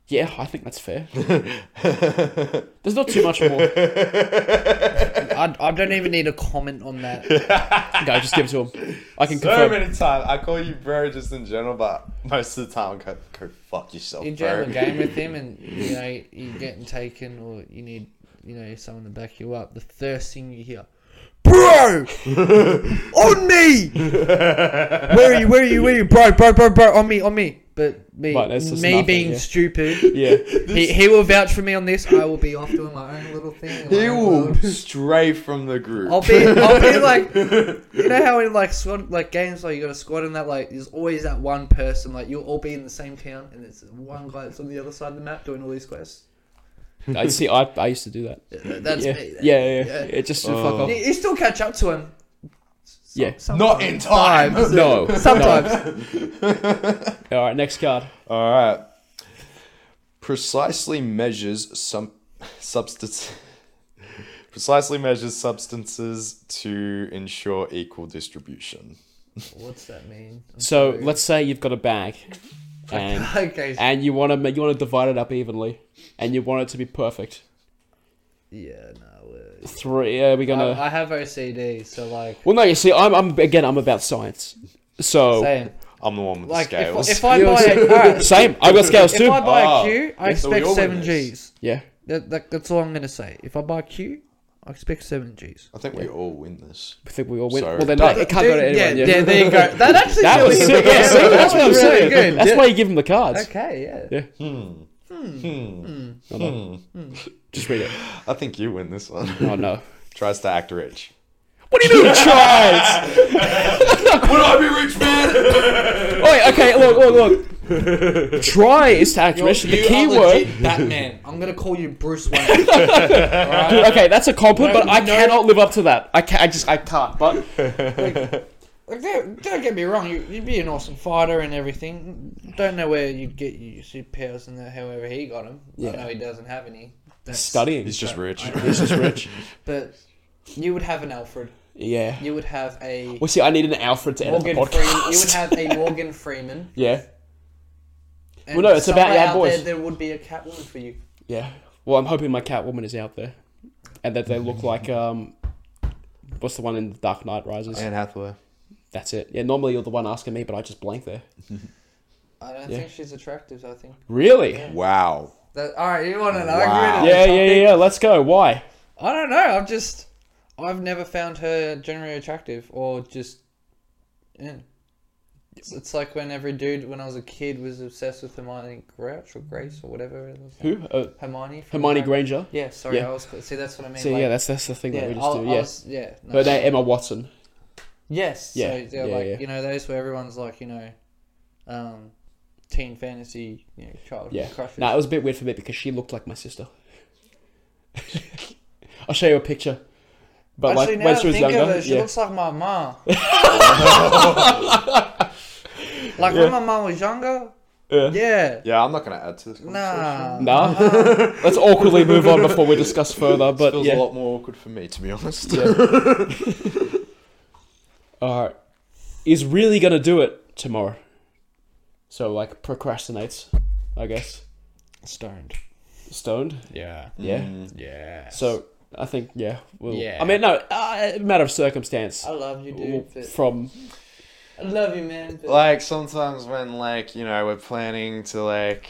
Speaker 2: Yeah, I think that's fair. There's not too much more.
Speaker 1: I, I don't even need a comment on that.
Speaker 2: Go, just give it to him. I can
Speaker 3: So
Speaker 2: confirm.
Speaker 3: many times I call you bro just in general, but most of the time I go, go fuck yourself,
Speaker 1: You jam
Speaker 3: bro.
Speaker 1: a game with him, and you know you're getting taken, or you need you know someone to back you up. The first thing you hear, bro, on me. Where are you? Where are you? Where are you, bro? Bro, bro, bro, on me, on me. But me,
Speaker 2: Right, that's just
Speaker 1: me
Speaker 2: nothing,
Speaker 1: being
Speaker 2: yeah.
Speaker 1: stupid,
Speaker 2: Yeah.
Speaker 1: he, he will vouch for me on this. I will be off doing my own little thing. in my
Speaker 3: He
Speaker 1: own
Speaker 3: will
Speaker 1: world.
Speaker 3: stray from the group.
Speaker 1: I'll be, I'll be like, you know how in like squad, like games, like you got a squad and that, like there's always that one person, like you'll all be in the same town, and there's one guy that's on the other side of the map doing all these quests.
Speaker 2: I see. I, I used to do that.
Speaker 1: Th- That's
Speaker 2: Yeah,
Speaker 1: me.
Speaker 2: yeah, yeah. yeah.
Speaker 1: Yeah.
Speaker 2: It just to fuck off.
Speaker 1: You, you still catch up to him. So-
Speaker 2: Yeah.
Speaker 1: sometimes.
Speaker 3: Not in time.
Speaker 2: No.
Speaker 1: Sometimes.
Speaker 2: All right, next card.
Speaker 3: All right. Precisely measures some substance. Precisely measures substances to ensure equal distribution.
Speaker 1: What's that mean?
Speaker 2: So let's say you've got a bag, and
Speaker 1: Okay. so-
Speaker 2: and you want to you want to divide it up evenly, and you want it to be perfect.
Speaker 1: Yeah. No. uh,
Speaker 2: Three. Are we gonna?
Speaker 1: I, I have OCD, so like.
Speaker 2: well, no. You see, I'm I'm again. I'm about science. So
Speaker 1: Same.
Speaker 3: I'm the one with
Speaker 1: Like
Speaker 3: the
Speaker 1: if,
Speaker 3: scales.
Speaker 1: I- if I
Speaker 2: You know
Speaker 1: buy,
Speaker 2: what I'm saying?
Speaker 1: alright,
Speaker 2: same. I got scales
Speaker 1: if
Speaker 2: too. Oh,
Speaker 1: I buy
Speaker 3: Ah,
Speaker 1: a Q, I
Speaker 3: so we
Speaker 1: expect
Speaker 3: all win
Speaker 1: seven
Speaker 3: this.
Speaker 1: Gs.
Speaker 2: yeah.
Speaker 1: That, that, that's all I'm gonna say. If I buy a Q, I expect seven Gs.
Speaker 3: I think we all win this.
Speaker 2: I think we all win.
Speaker 3: Sorry.
Speaker 2: Well, then no, it can't go to anyone. Yeah.
Speaker 1: yeah, yeah, there you go. That actually
Speaker 2: That was
Speaker 1: really-
Speaker 2: sick. Yeah, see, that's what I'm
Speaker 1: really
Speaker 2: saying.
Speaker 1: good.
Speaker 2: That's
Speaker 1: Yeah.
Speaker 2: why you give them the cards.
Speaker 1: Okay, yeah.
Speaker 2: Yeah. No, no. Just read it.
Speaker 3: I think you win this one.
Speaker 2: Oh no.
Speaker 3: Tries to act rich.
Speaker 2: What do you mean tries?
Speaker 3: Would I be rich, man?
Speaker 2: Wait, okay, look, look, look. Try is to act rich. The key word.
Speaker 1: Batman. I'm gonna call you Bruce Wayne.
Speaker 2: Dude, okay, that's a compliment,
Speaker 1: No,
Speaker 2: but I
Speaker 1: no.
Speaker 2: cannot live up to that. I can I just I can't. But
Speaker 1: Like, don't, don't get me wrong. You, you'd be an awesome fighter and everything. Don't know where you'd get your superpowers and that. However, he got them.
Speaker 2: Yeah.
Speaker 1: I know he doesn't have any. That's,
Speaker 2: studying.
Speaker 3: He's just rich.
Speaker 2: He's just rich.
Speaker 1: But you would have an Alfred.
Speaker 2: Yeah.
Speaker 1: You would have a
Speaker 2: Well, see, I need an Alfred to edit
Speaker 1: Morgan
Speaker 2: the podcast.
Speaker 1: Freeman. You would have a Morgan Freeman.
Speaker 2: yeah,
Speaker 1: And
Speaker 2: Well, no, it's about
Speaker 1: somewhere
Speaker 2: Bad
Speaker 1: out
Speaker 2: Boys.
Speaker 1: There, there would be a Catwoman for you.
Speaker 2: yeah. Well, I'm hoping my Catwoman is out there, and that they
Speaker 1: Mm-hmm.
Speaker 2: look like um, what's the one in The Dark Knight Rises?
Speaker 3: Anne Hathaway.
Speaker 2: That's it. Yeah. Normally you're the one asking me, but I just blank there.
Speaker 1: I don't
Speaker 2: Yeah.
Speaker 1: think she's attractive. I think.
Speaker 2: Really? Yeah,
Speaker 3: Wow.
Speaker 1: That, all right, you want an
Speaker 3: Wow.
Speaker 1: argument?
Speaker 2: yeah, yeah. Let's go. Why?
Speaker 1: I don't know. I'm just. I've never found her generally attractive or just. Yeah. It's, it's like when every dude when I was a kid was obsessed with Hermione Grouch or Grace or whatever. It was.
Speaker 2: Who? Uh,
Speaker 1: Hermione. from
Speaker 2: Hermione
Speaker 1: Harry-
Speaker 2: Granger.
Speaker 1: Yeah, sorry.
Speaker 2: Yeah.
Speaker 1: I was see. That's what I mean.
Speaker 2: See,
Speaker 1: like,
Speaker 2: yeah, that's that's the thing that we just
Speaker 1: I'll-
Speaker 2: do.
Speaker 1: I
Speaker 2: Yeah.
Speaker 1: was- yeah. no,
Speaker 2: Her name Emma Watson.
Speaker 1: Yes.
Speaker 2: Yeah,
Speaker 1: So they're
Speaker 2: yeah,
Speaker 1: like
Speaker 2: yeah.
Speaker 1: you know those where everyone's like you know, um, teen fantasy you know childhood
Speaker 2: Yeah.
Speaker 1: crushes.
Speaker 2: Nah, it was a bit weird for me because she looked like my sister. I'll show you a picture. But
Speaker 1: Actually,
Speaker 2: like
Speaker 1: now
Speaker 2: when
Speaker 1: that
Speaker 2: she
Speaker 1: I
Speaker 2: was
Speaker 1: think of
Speaker 2: younger,
Speaker 1: it, she
Speaker 2: yeah.
Speaker 1: looks like my mom. like when my mom was younger.
Speaker 2: Yeah.
Speaker 1: Yeah.
Speaker 3: Yeah, I'm not gonna add to this.
Speaker 1: Nah.
Speaker 3: conversation.
Speaker 2: Nah. Let's awkwardly move on before we discuss further.
Speaker 3: This
Speaker 2: But
Speaker 3: feels
Speaker 2: yeah.
Speaker 3: a lot more awkward for me, to be honest.
Speaker 2: All right. Is really gonna do it tomorrow. So like procrastinates, I guess.
Speaker 1: Stoned.
Speaker 2: Stoned.
Speaker 1: Yeah.
Speaker 2: Yeah.
Speaker 3: Mm.
Speaker 1: Yeah.
Speaker 2: So I think yeah. We'll,
Speaker 1: Yeah.
Speaker 2: I mean no, uh, matter of circumstance.
Speaker 1: I love you, dude. but-
Speaker 2: From
Speaker 1: I love you, man. but-
Speaker 3: like sometimes when like you know we're planning to like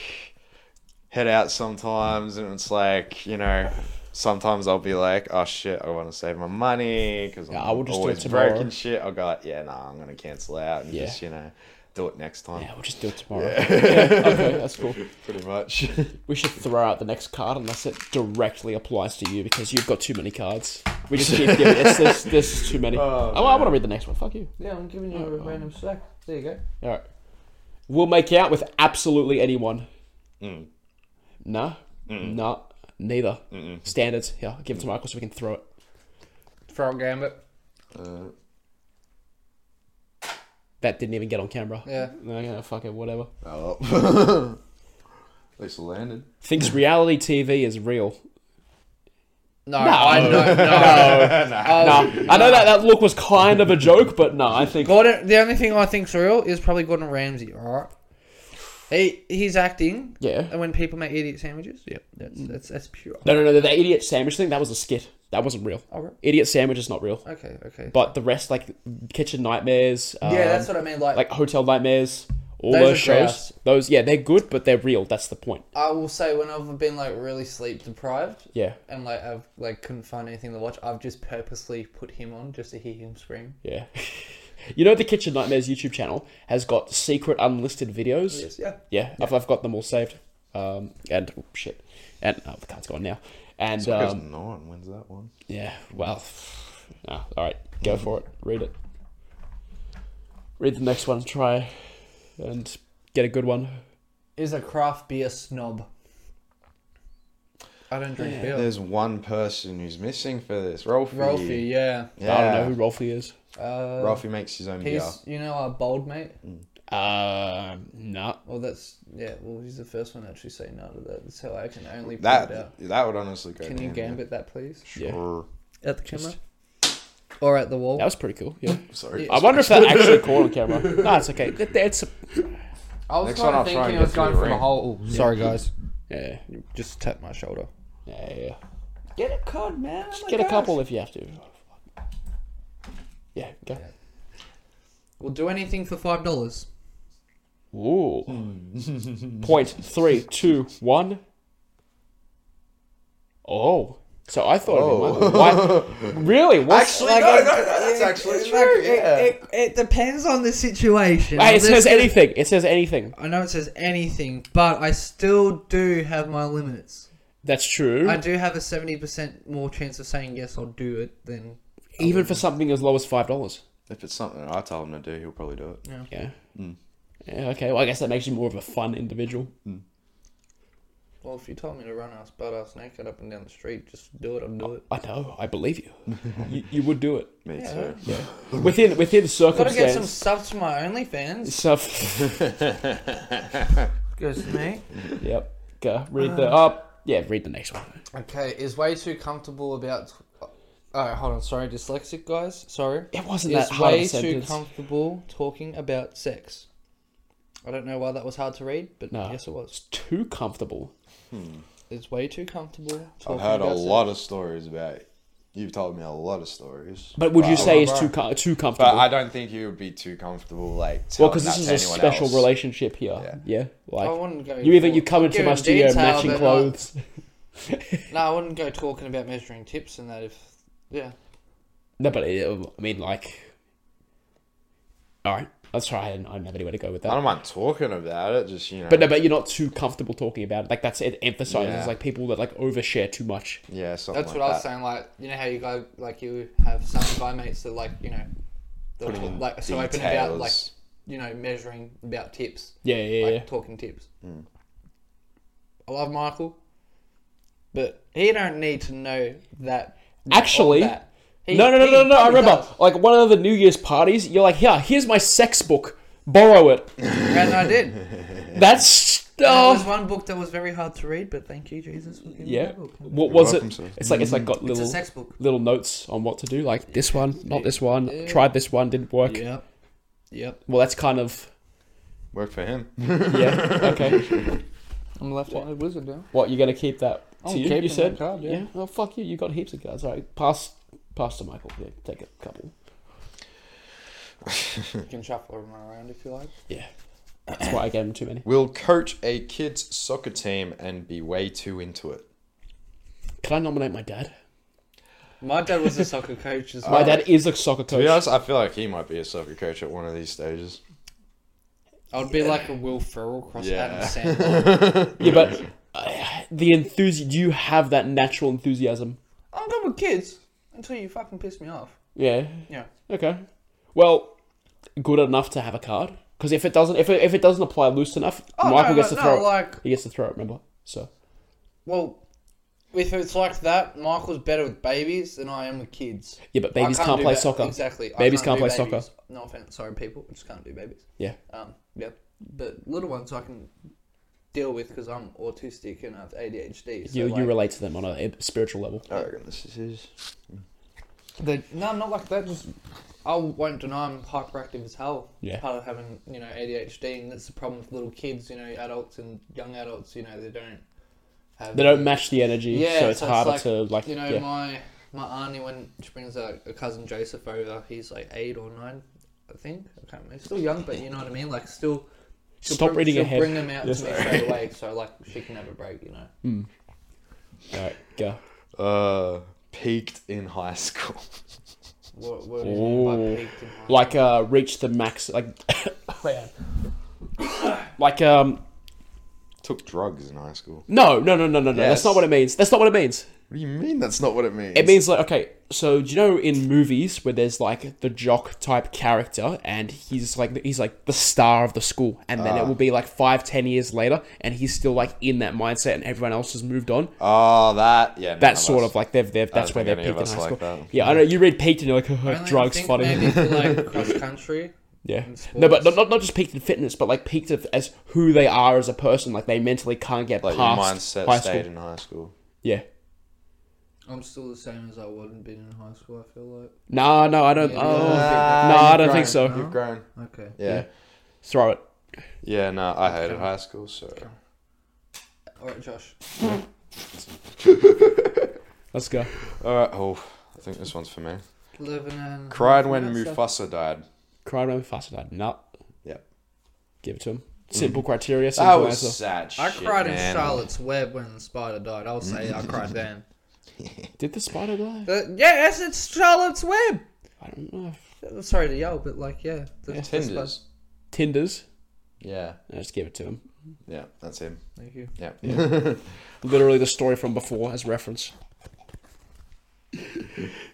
Speaker 3: head out sometimes and it's like you know sometimes I'll be like oh shit I want to save my money because I'm
Speaker 2: Yeah, I will just do it
Speaker 3: always
Speaker 2: tomorrow.
Speaker 3: broke and shit I'll go like, yeah nah I'm gonna cancel out and
Speaker 2: Yeah.
Speaker 3: just you know do it next time
Speaker 2: yeah, we'll just do it tomorrow. Yeah, okay, that's cool.
Speaker 3: pretty much
Speaker 2: We should throw out the next card unless it directly applies to you because you've got too many cards. We just keep giving it's this this too many. Oh, I want to read the next one. Fuck you.
Speaker 1: yeah, I'm giving you a random stack. There you go.
Speaker 2: All right. We'll make out with absolutely anyone.
Speaker 3: Mm.
Speaker 2: No. No. Neither. Standards. Yeah, give it to Michael so we can throw it.
Speaker 1: Frog Gambit.
Speaker 3: uh,
Speaker 2: That didn't even get on camera.
Speaker 1: Yeah.
Speaker 2: No, yeah, fuck it, whatever.
Speaker 3: oh, well. at least I landed
Speaker 2: Thinks reality TV is real.
Speaker 1: No, I no, no.
Speaker 2: No, Oh. I know that that look was kind of a joke, but no, I think
Speaker 1: Gordon. The only thing I think's real is probably Gordon Ramsay. All right. He he's acting.
Speaker 2: yeah.
Speaker 1: And when people make idiot sandwiches, yep, that's that's that's pure.
Speaker 2: No, no, no. The, the idiot sandwich thing that was a skit. That wasn't real.
Speaker 1: Okay.
Speaker 2: Idiot sandwich is not real.
Speaker 1: Okay. Okay.
Speaker 2: But the rest, like kitchen nightmares, um,
Speaker 1: yeah, that's what I mean. Like,
Speaker 2: like hotel nightmares, all
Speaker 1: Those
Speaker 2: those,
Speaker 1: are
Speaker 2: shows.
Speaker 1: gross.
Speaker 2: Those, yeah, they're good, but they're real. That's the point.
Speaker 1: I will say, when I've been like really sleep deprived
Speaker 2: Yeah,
Speaker 1: and like I've like couldn't find anything to watch, I've just purposely put him on just to hear him scream.
Speaker 2: yeah. you know, the Kitchen Nightmares YouTube channel has got secret unlisted videos.
Speaker 1: Yeah.
Speaker 2: Yeah, I've, I've got them all saved. Um, and oh, shit, and oh, the card's gone now. And
Speaker 3: because
Speaker 2: um,
Speaker 3: no one wins that one
Speaker 2: yeah, well, nah, all right, go for it. Read it. Read the next one. Try and get a good one.
Speaker 1: Is a craft beer snob. I don't drink beer.
Speaker 3: there's one person who's missing for this Rolfie
Speaker 1: Rolfie, yeah.
Speaker 3: yeah
Speaker 2: I don't know who Rolfie is.
Speaker 1: Uh,
Speaker 3: Rolfie makes his own beer
Speaker 1: He's, you know, our bold mate.
Speaker 2: Uh, no.
Speaker 1: Well, that's yeah. Well, he's the first one to actually say no to that. That's how I can only put it
Speaker 3: That
Speaker 1: out.
Speaker 3: that would honestly go.
Speaker 1: Can you
Speaker 3: down there.
Speaker 1: gambit that, please?
Speaker 2: Yeah,
Speaker 3: Or-
Speaker 1: At the camera, or at the wall?
Speaker 2: that was pretty cool. Yeah.
Speaker 3: Sorry.
Speaker 2: I wonder if that actually caught on camera. No, it's okay. It, it's
Speaker 1: I was
Speaker 3: Next
Speaker 1: kinda
Speaker 3: one I'll try and get through the ring.
Speaker 1: hole. Sorry, guys.
Speaker 2: yeah,
Speaker 1: Just tap my shoulder.
Speaker 2: yeah, yeah.
Speaker 1: Get a card, man. Just
Speaker 2: Get a couple if you have to. Yeah, go.
Speaker 1: We'll do anything for five dollars.
Speaker 2: Ooh.
Speaker 3: Hmm.
Speaker 2: Point three, two, one. Oh, so I thought it'd be my- why- really? What?
Speaker 3: Actually, no, no, no, that's actually true. Yeah.
Speaker 1: It, it depends on the situation.
Speaker 2: Hey, Uh, it
Speaker 1: This-
Speaker 2: says anything. It says anything.
Speaker 1: I know it says anything, but I still do have my limits.
Speaker 2: That's true.
Speaker 1: I do have a seventy percent more chance of saying yes, I'll do it than
Speaker 2: Even for something as low as five dollars.
Speaker 3: if it's something I tell him to do, he'll probably do it.
Speaker 2: Yeah.
Speaker 3: Hmm.
Speaker 2: yeah. Okay. Well, I guess that makes you more of a fun individual.
Speaker 1: Well, if you told me to run ass butt ass naked up and down the street, just do it. I'll do it.
Speaker 2: I know. I believe you. you, you would do it
Speaker 3: Me too.
Speaker 2: within
Speaker 1: Gotta
Speaker 2: within
Speaker 1: get some
Speaker 2: circumstance.
Speaker 1: stuff to my OnlyFans.
Speaker 2: Stuff.
Speaker 1: Goes to me.
Speaker 2: Yep. Go read the
Speaker 1: Uh.
Speaker 2: up. yeah, read the next one.
Speaker 1: Okay, is way too comfortable about. Oh, hold on. Sorry, dyslexic guys. Sorry.
Speaker 2: It wasn't that
Speaker 1: Is
Speaker 2: hard of a
Speaker 1: way too
Speaker 2: sentence.
Speaker 1: comfortable talking about sex. I don't know why that was hard to read, but
Speaker 2: No.
Speaker 1: yes, it was.
Speaker 2: Too comfortable.
Speaker 1: It's way too comfortable.
Speaker 3: I've
Speaker 1: Talking
Speaker 3: heard a
Speaker 1: about
Speaker 3: lot of stories about. You've told me a lot of stories.
Speaker 2: But would you
Speaker 3: But-
Speaker 2: say it's too com- too comfortable?
Speaker 3: But I don't think you would be too comfortable, like.
Speaker 2: well,
Speaker 3: Telling
Speaker 2: because this is
Speaker 3: that
Speaker 2: a
Speaker 3: to anyone
Speaker 2: special
Speaker 3: else.
Speaker 2: relationship here. Yeah.
Speaker 3: Yeah.
Speaker 1: Sex.
Speaker 2: Like
Speaker 1: I wouldn't go.
Speaker 2: you either you
Speaker 1: talk-
Speaker 2: come
Speaker 1: I'd
Speaker 2: into
Speaker 1: go
Speaker 2: my
Speaker 1: in
Speaker 2: studio
Speaker 1: detail,
Speaker 2: matching
Speaker 1: but not-
Speaker 2: clothes.
Speaker 1: No, I wouldn't go talking about measuring tips and that if. Yeah.
Speaker 2: No, but it, I mean, like, all right, let's try. I don't I don't have anywhere to go with
Speaker 3: I
Speaker 2: that.
Speaker 3: don't mind talking about it. Just you know.
Speaker 2: But no, but you're not too comfortable talking about it. Like that's it emphasizes
Speaker 3: Yeah.
Speaker 2: like people that like overshare too much.
Speaker 3: yeah, something
Speaker 1: That's
Speaker 3: like
Speaker 1: what I was
Speaker 3: that.
Speaker 1: saying. Like, you know how you guys, like, you have some of our mates that, like, you know, they'll talk, like, so open about, like,
Speaker 3: Details.
Speaker 1: you know, measuring about tips,
Speaker 2: Yeah, yeah, yeah.
Speaker 1: like, talking tips.
Speaker 3: Hmm.
Speaker 1: I love Michael, but he don't need to know that. much of
Speaker 2: Actually,
Speaker 1: that. He-
Speaker 2: no, no, no,
Speaker 1: he
Speaker 2: no, no. I
Speaker 1: probably
Speaker 2: remember,
Speaker 1: does.
Speaker 2: like one of the New Year's parties, you're like, "Yeah, here's my sex book. Borrow it."
Speaker 1: And I did.
Speaker 2: That's
Speaker 1: There was
Speaker 2: oh,
Speaker 1: one book that was very hard to read, but thank you, Jesus, for giving me
Speaker 2: yeah.
Speaker 1: that book.
Speaker 2: What was
Speaker 3: welcome,
Speaker 2: it?
Speaker 3: sir.
Speaker 2: It's like it's like got
Speaker 1: It's a
Speaker 2: little
Speaker 1: sex book.
Speaker 2: little notes on what to do. Like this one, not this one. Tried this one, didn't work.
Speaker 1: Yep. Yep.
Speaker 2: Well, that's kind of
Speaker 3: Work for him.
Speaker 2: yeah. Okay.
Speaker 1: I'm a left-handed wizard now.
Speaker 2: What you're gonna keep that to
Speaker 1: I'm
Speaker 2: you? You
Speaker 1: keeping
Speaker 2: said,
Speaker 1: that card, yeah.
Speaker 2: Well, fuck you. You got heaps of cards. All right, pass, pass to Michael. Yeah, take a couple.
Speaker 1: You can shuffle them around if you like.
Speaker 2: Yeah, that's why I gave him too many.
Speaker 3: Will coach a kids soccer team and be way too into it.
Speaker 2: Can I nominate my dad?
Speaker 1: My dad was a soccer coach as well.
Speaker 2: My dad is a soccer
Speaker 3: To be
Speaker 2: coach.
Speaker 3: honest, I feel like he might be a soccer coach at one of these stages.
Speaker 1: I would be like a Will Ferrell cross
Speaker 3: Yeah.
Speaker 1: Adam Sandler.
Speaker 2: Yeah, but uh, the enthusiasm. Do you have that natural enthusiasm?
Speaker 1: I'm good with kids until you fucking piss me off.
Speaker 2: Yeah.
Speaker 1: Yeah.
Speaker 2: Okay. Well, good enough to have a card. Because if it doesn't, if it, if it doesn't apply loose enough,
Speaker 1: Oh,
Speaker 2: Michael
Speaker 1: no,
Speaker 2: gets
Speaker 1: no,
Speaker 2: to
Speaker 1: no,
Speaker 2: throw. it.
Speaker 1: like
Speaker 2: He gets to throw it. Remember? So
Speaker 1: well, if it's like that, Michael's better with babies than I am with kids.
Speaker 2: yeah, but babies
Speaker 1: I
Speaker 2: can't, play
Speaker 1: do ba-
Speaker 2: soccer.
Speaker 1: Exactly. I
Speaker 2: Babies can't
Speaker 1: do
Speaker 2: play
Speaker 1: babies.
Speaker 2: soccer.
Speaker 1: No offense, sorry people, I just can't do babies.
Speaker 2: Yeah.
Speaker 1: Um, yep. But little ones I can deal with because I'm autistic and I have ADHD. So
Speaker 2: You
Speaker 1: like,
Speaker 2: you relate to them on a spiritual level.
Speaker 3: I reckon this is his.
Speaker 1: The, no, I'm not like that. Just I won't deny I'm hyperactive as hell.
Speaker 2: Yeah.
Speaker 1: Part of having you know ADHD, and that's the problem with little kids. You know, adults and young adults. You know, they don't have.
Speaker 2: They don't match the energy,
Speaker 1: Yeah,
Speaker 2: so it's
Speaker 1: so it's
Speaker 2: harder
Speaker 1: like,
Speaker 2: to like.
Speaker 1: You know,
Speaker 2: yeah.
Speaker 1: my my auntie when she brings a, a cousin Joseph over, he's like eight or nine, I think. I can't remember. Still young, but you know what I mean. Like still. she'll
Speaker 2: Stop
Speaker 1: bring-
Speaker 2: reading
Speaker 1: she'll
Speaker 2: ahead.
Speaker 1: Bring them out
Speaker 2: Yeah,
Speaker 1: to me straight away, so like she can have a break. You know.
Speaker 2: All right, go.
Speaker 3: Uh, peaked in high school.
Speaker 1: What, what do you mean by
Speaker 2: Ooh.
Speaker 1: peaked in high
Speaker 2: Like, uh, reach the max. Like, man. like, um,
Speaker 3: Took drugs in high school.
Speaker 2: no, no, no, no, no, no. That's
Speaker 3: Yes.
Speaker 2: not what it means. That's not what it means.
Speaker 3: What do you mean? That's not what it means.
Speaker 2: It means like, okay, so do you know in movies where there's like the jock type character and he's like he's like the star of the school, and then
Speaker 1: Ah.
Speaker 2: it will be like five, ten years later, and he's still like in that mindset, and everyone else has moved on.
Speaker 3: Oh, that yeah.
Speaker 2: That sort of like they've, they've that's
Speaker 3: don't
Speaker 2: where they're
Speaker 3: think
Speaker 2: peaked in
Speaker 3: any of
Speaker 2: high
Speaker 3: us
Speaker 2: school.
Speaker 3: like that.
Speaker 2: Yeah, I know you read peaked and you're like,
Speaker 1: I only
Speaker 2: drugs
Speaker 1: think
Speaker 2: funny.
Speaker 1: Maybe for like cross country.
Speaker 2: Yeah.
Speaker 1: in
Speaker 2: No, but not,
Speaker 1: sports.
Speaker 2: not, not just peaked in fitness, but like peaked of- as who they are as a person. Like they mentally can't get
Speaker 3: like your
Speaker 2: past
Speaker 3: mindset
Speaker 2: high school.
Speaker 3: stayed in high school.
Speaker 2: Yeah.
Speaker 1: I'm still the same as I would have been in high school. I feel like.
Speaker 2: No, no, I don't.
Speaker 1: Yeah,
Speaker 2: oh,
Speaker 1: yeah.
Speaker 2: no, I
Speaker 3: you've
Speaker 2: don't think
Speaker 3: grown.
Speaker 2: so.
Speaker 3: You've grown.
Speaker 1: Okay.
Speaker 3: Yeah.
Speaker 2: Throw it.
Speaker 3: Yeah. No, I hated high school. So
Speaker 1: All right, Josh.
Speaker 2: Let's go.
Speaker 3: all right. Oh, I think this one's for me.
Speaker 1: Living in.
Speaker 3: Cried when Mufasa died.
Speaker 2: Cried over faster than nut.
Speaker 3: Yep.
Speaker 2: Give it to him. Simple criteria.
Speaker 3: Mm. That
Speaker 2: Simple
Speaker 3: was
Speaker 2: answer.
Speaker 3: sad.
Speaker 1: I
Speaker 3: shit,
Speaker 1: cried in
Speaker 3: man.
Speaker 1: Charlotte's Web when the spider died. I'll say I cried then.
Speaker 2: Did the spider die?
Speaker 1: But yes, it's Charlotte's Web.
Speaker 2: I don't know.
Speaker 1: I'm sorry to yell, but like, yeah. The, the spider-
Speaker 3: Tinders.
Speaker 2: Tinders.
Speaker 3: Yeah.
Speaker 2: I just give it to him.
Speaker 3: Yeah. That's him.
Speaker 1: Thank you.
Speaker 3: Yeah.
Speaker 2: Literally the story from before as reference.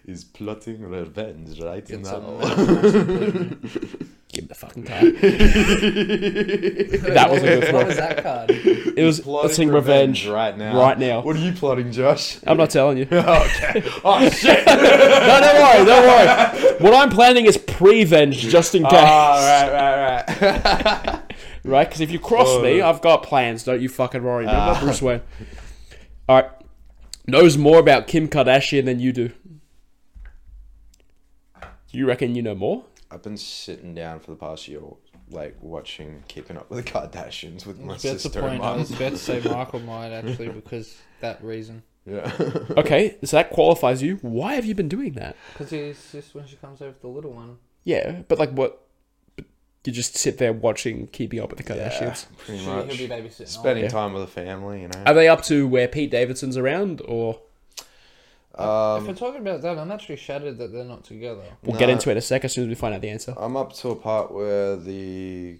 Speaker 3: He's plotting revenge right in
Speaker 1: It's
Speaker 3: that
Speaker 1: all-
Speaker 3: moment.
Speaker 2: Give him the fucking card. that was a good
Speaker 1: What
Speaker 2: throw.
Speaker 1: was that card?
Speaker 2: It was let's sing revenge.
Speaker 3: right now.
Speaker 2: Right now.
Speaker 3: What are you plotting, Josh?
Speaker 2: I'm not telling you.
Speaker 3: Oh shit!
Speaker 2: No, don't worry, don't worry. What I'm planning is pre-venge, just in case.
Speaker 3: Ah, Oh, right, right, right.
Speaker 2: Right? Because if you cross me, I've got plans. Don't you fucking worry. Remember Bruce Wayne. All right. Knows more about Kim Kardashian than you do. You reckon you know more?
Speaker 3: I've been sitting down for the past year, like watching Keeping Up with the Kardashians with my
Speaker 1: That's the
Speaker 3: sister and
Speaker 1: point. I
Speaker 3: mum.
Speaker 1: was about to say Michael might actually because that reason.
Speaker 3: Yeah.
Speaker 2: Okay, so that qualifies you. Why have you been doing that?
Speaker 1: Because it's just when she comes over with the little one.
Speaker 2: Yeah, but like what? but You just sit there watching Keeping Up with the Kardashians.
Speaker 3: Pretty
Speaker 1: She, he'll be
Speaker 3: much.
Speaker 1: babysitting. all
Speaker 3: Spending
Speaker 2: Yeah.
Speaker 3: time with the family, you
Speaker 2: Are
Speaker 3: know.
Speaker 2: they up to where Pete Davidson's around, or
Speaker 3: Um,
Speaker 1: Oh, if we're talking about that, I'm actually shattered that they're not together.
Speaker 2: We'll get
Speaker 3: No. Oh,
Speaker 2: into it in a sec as soon as we find out the answer.
Speaker 3: I'm up to a part where the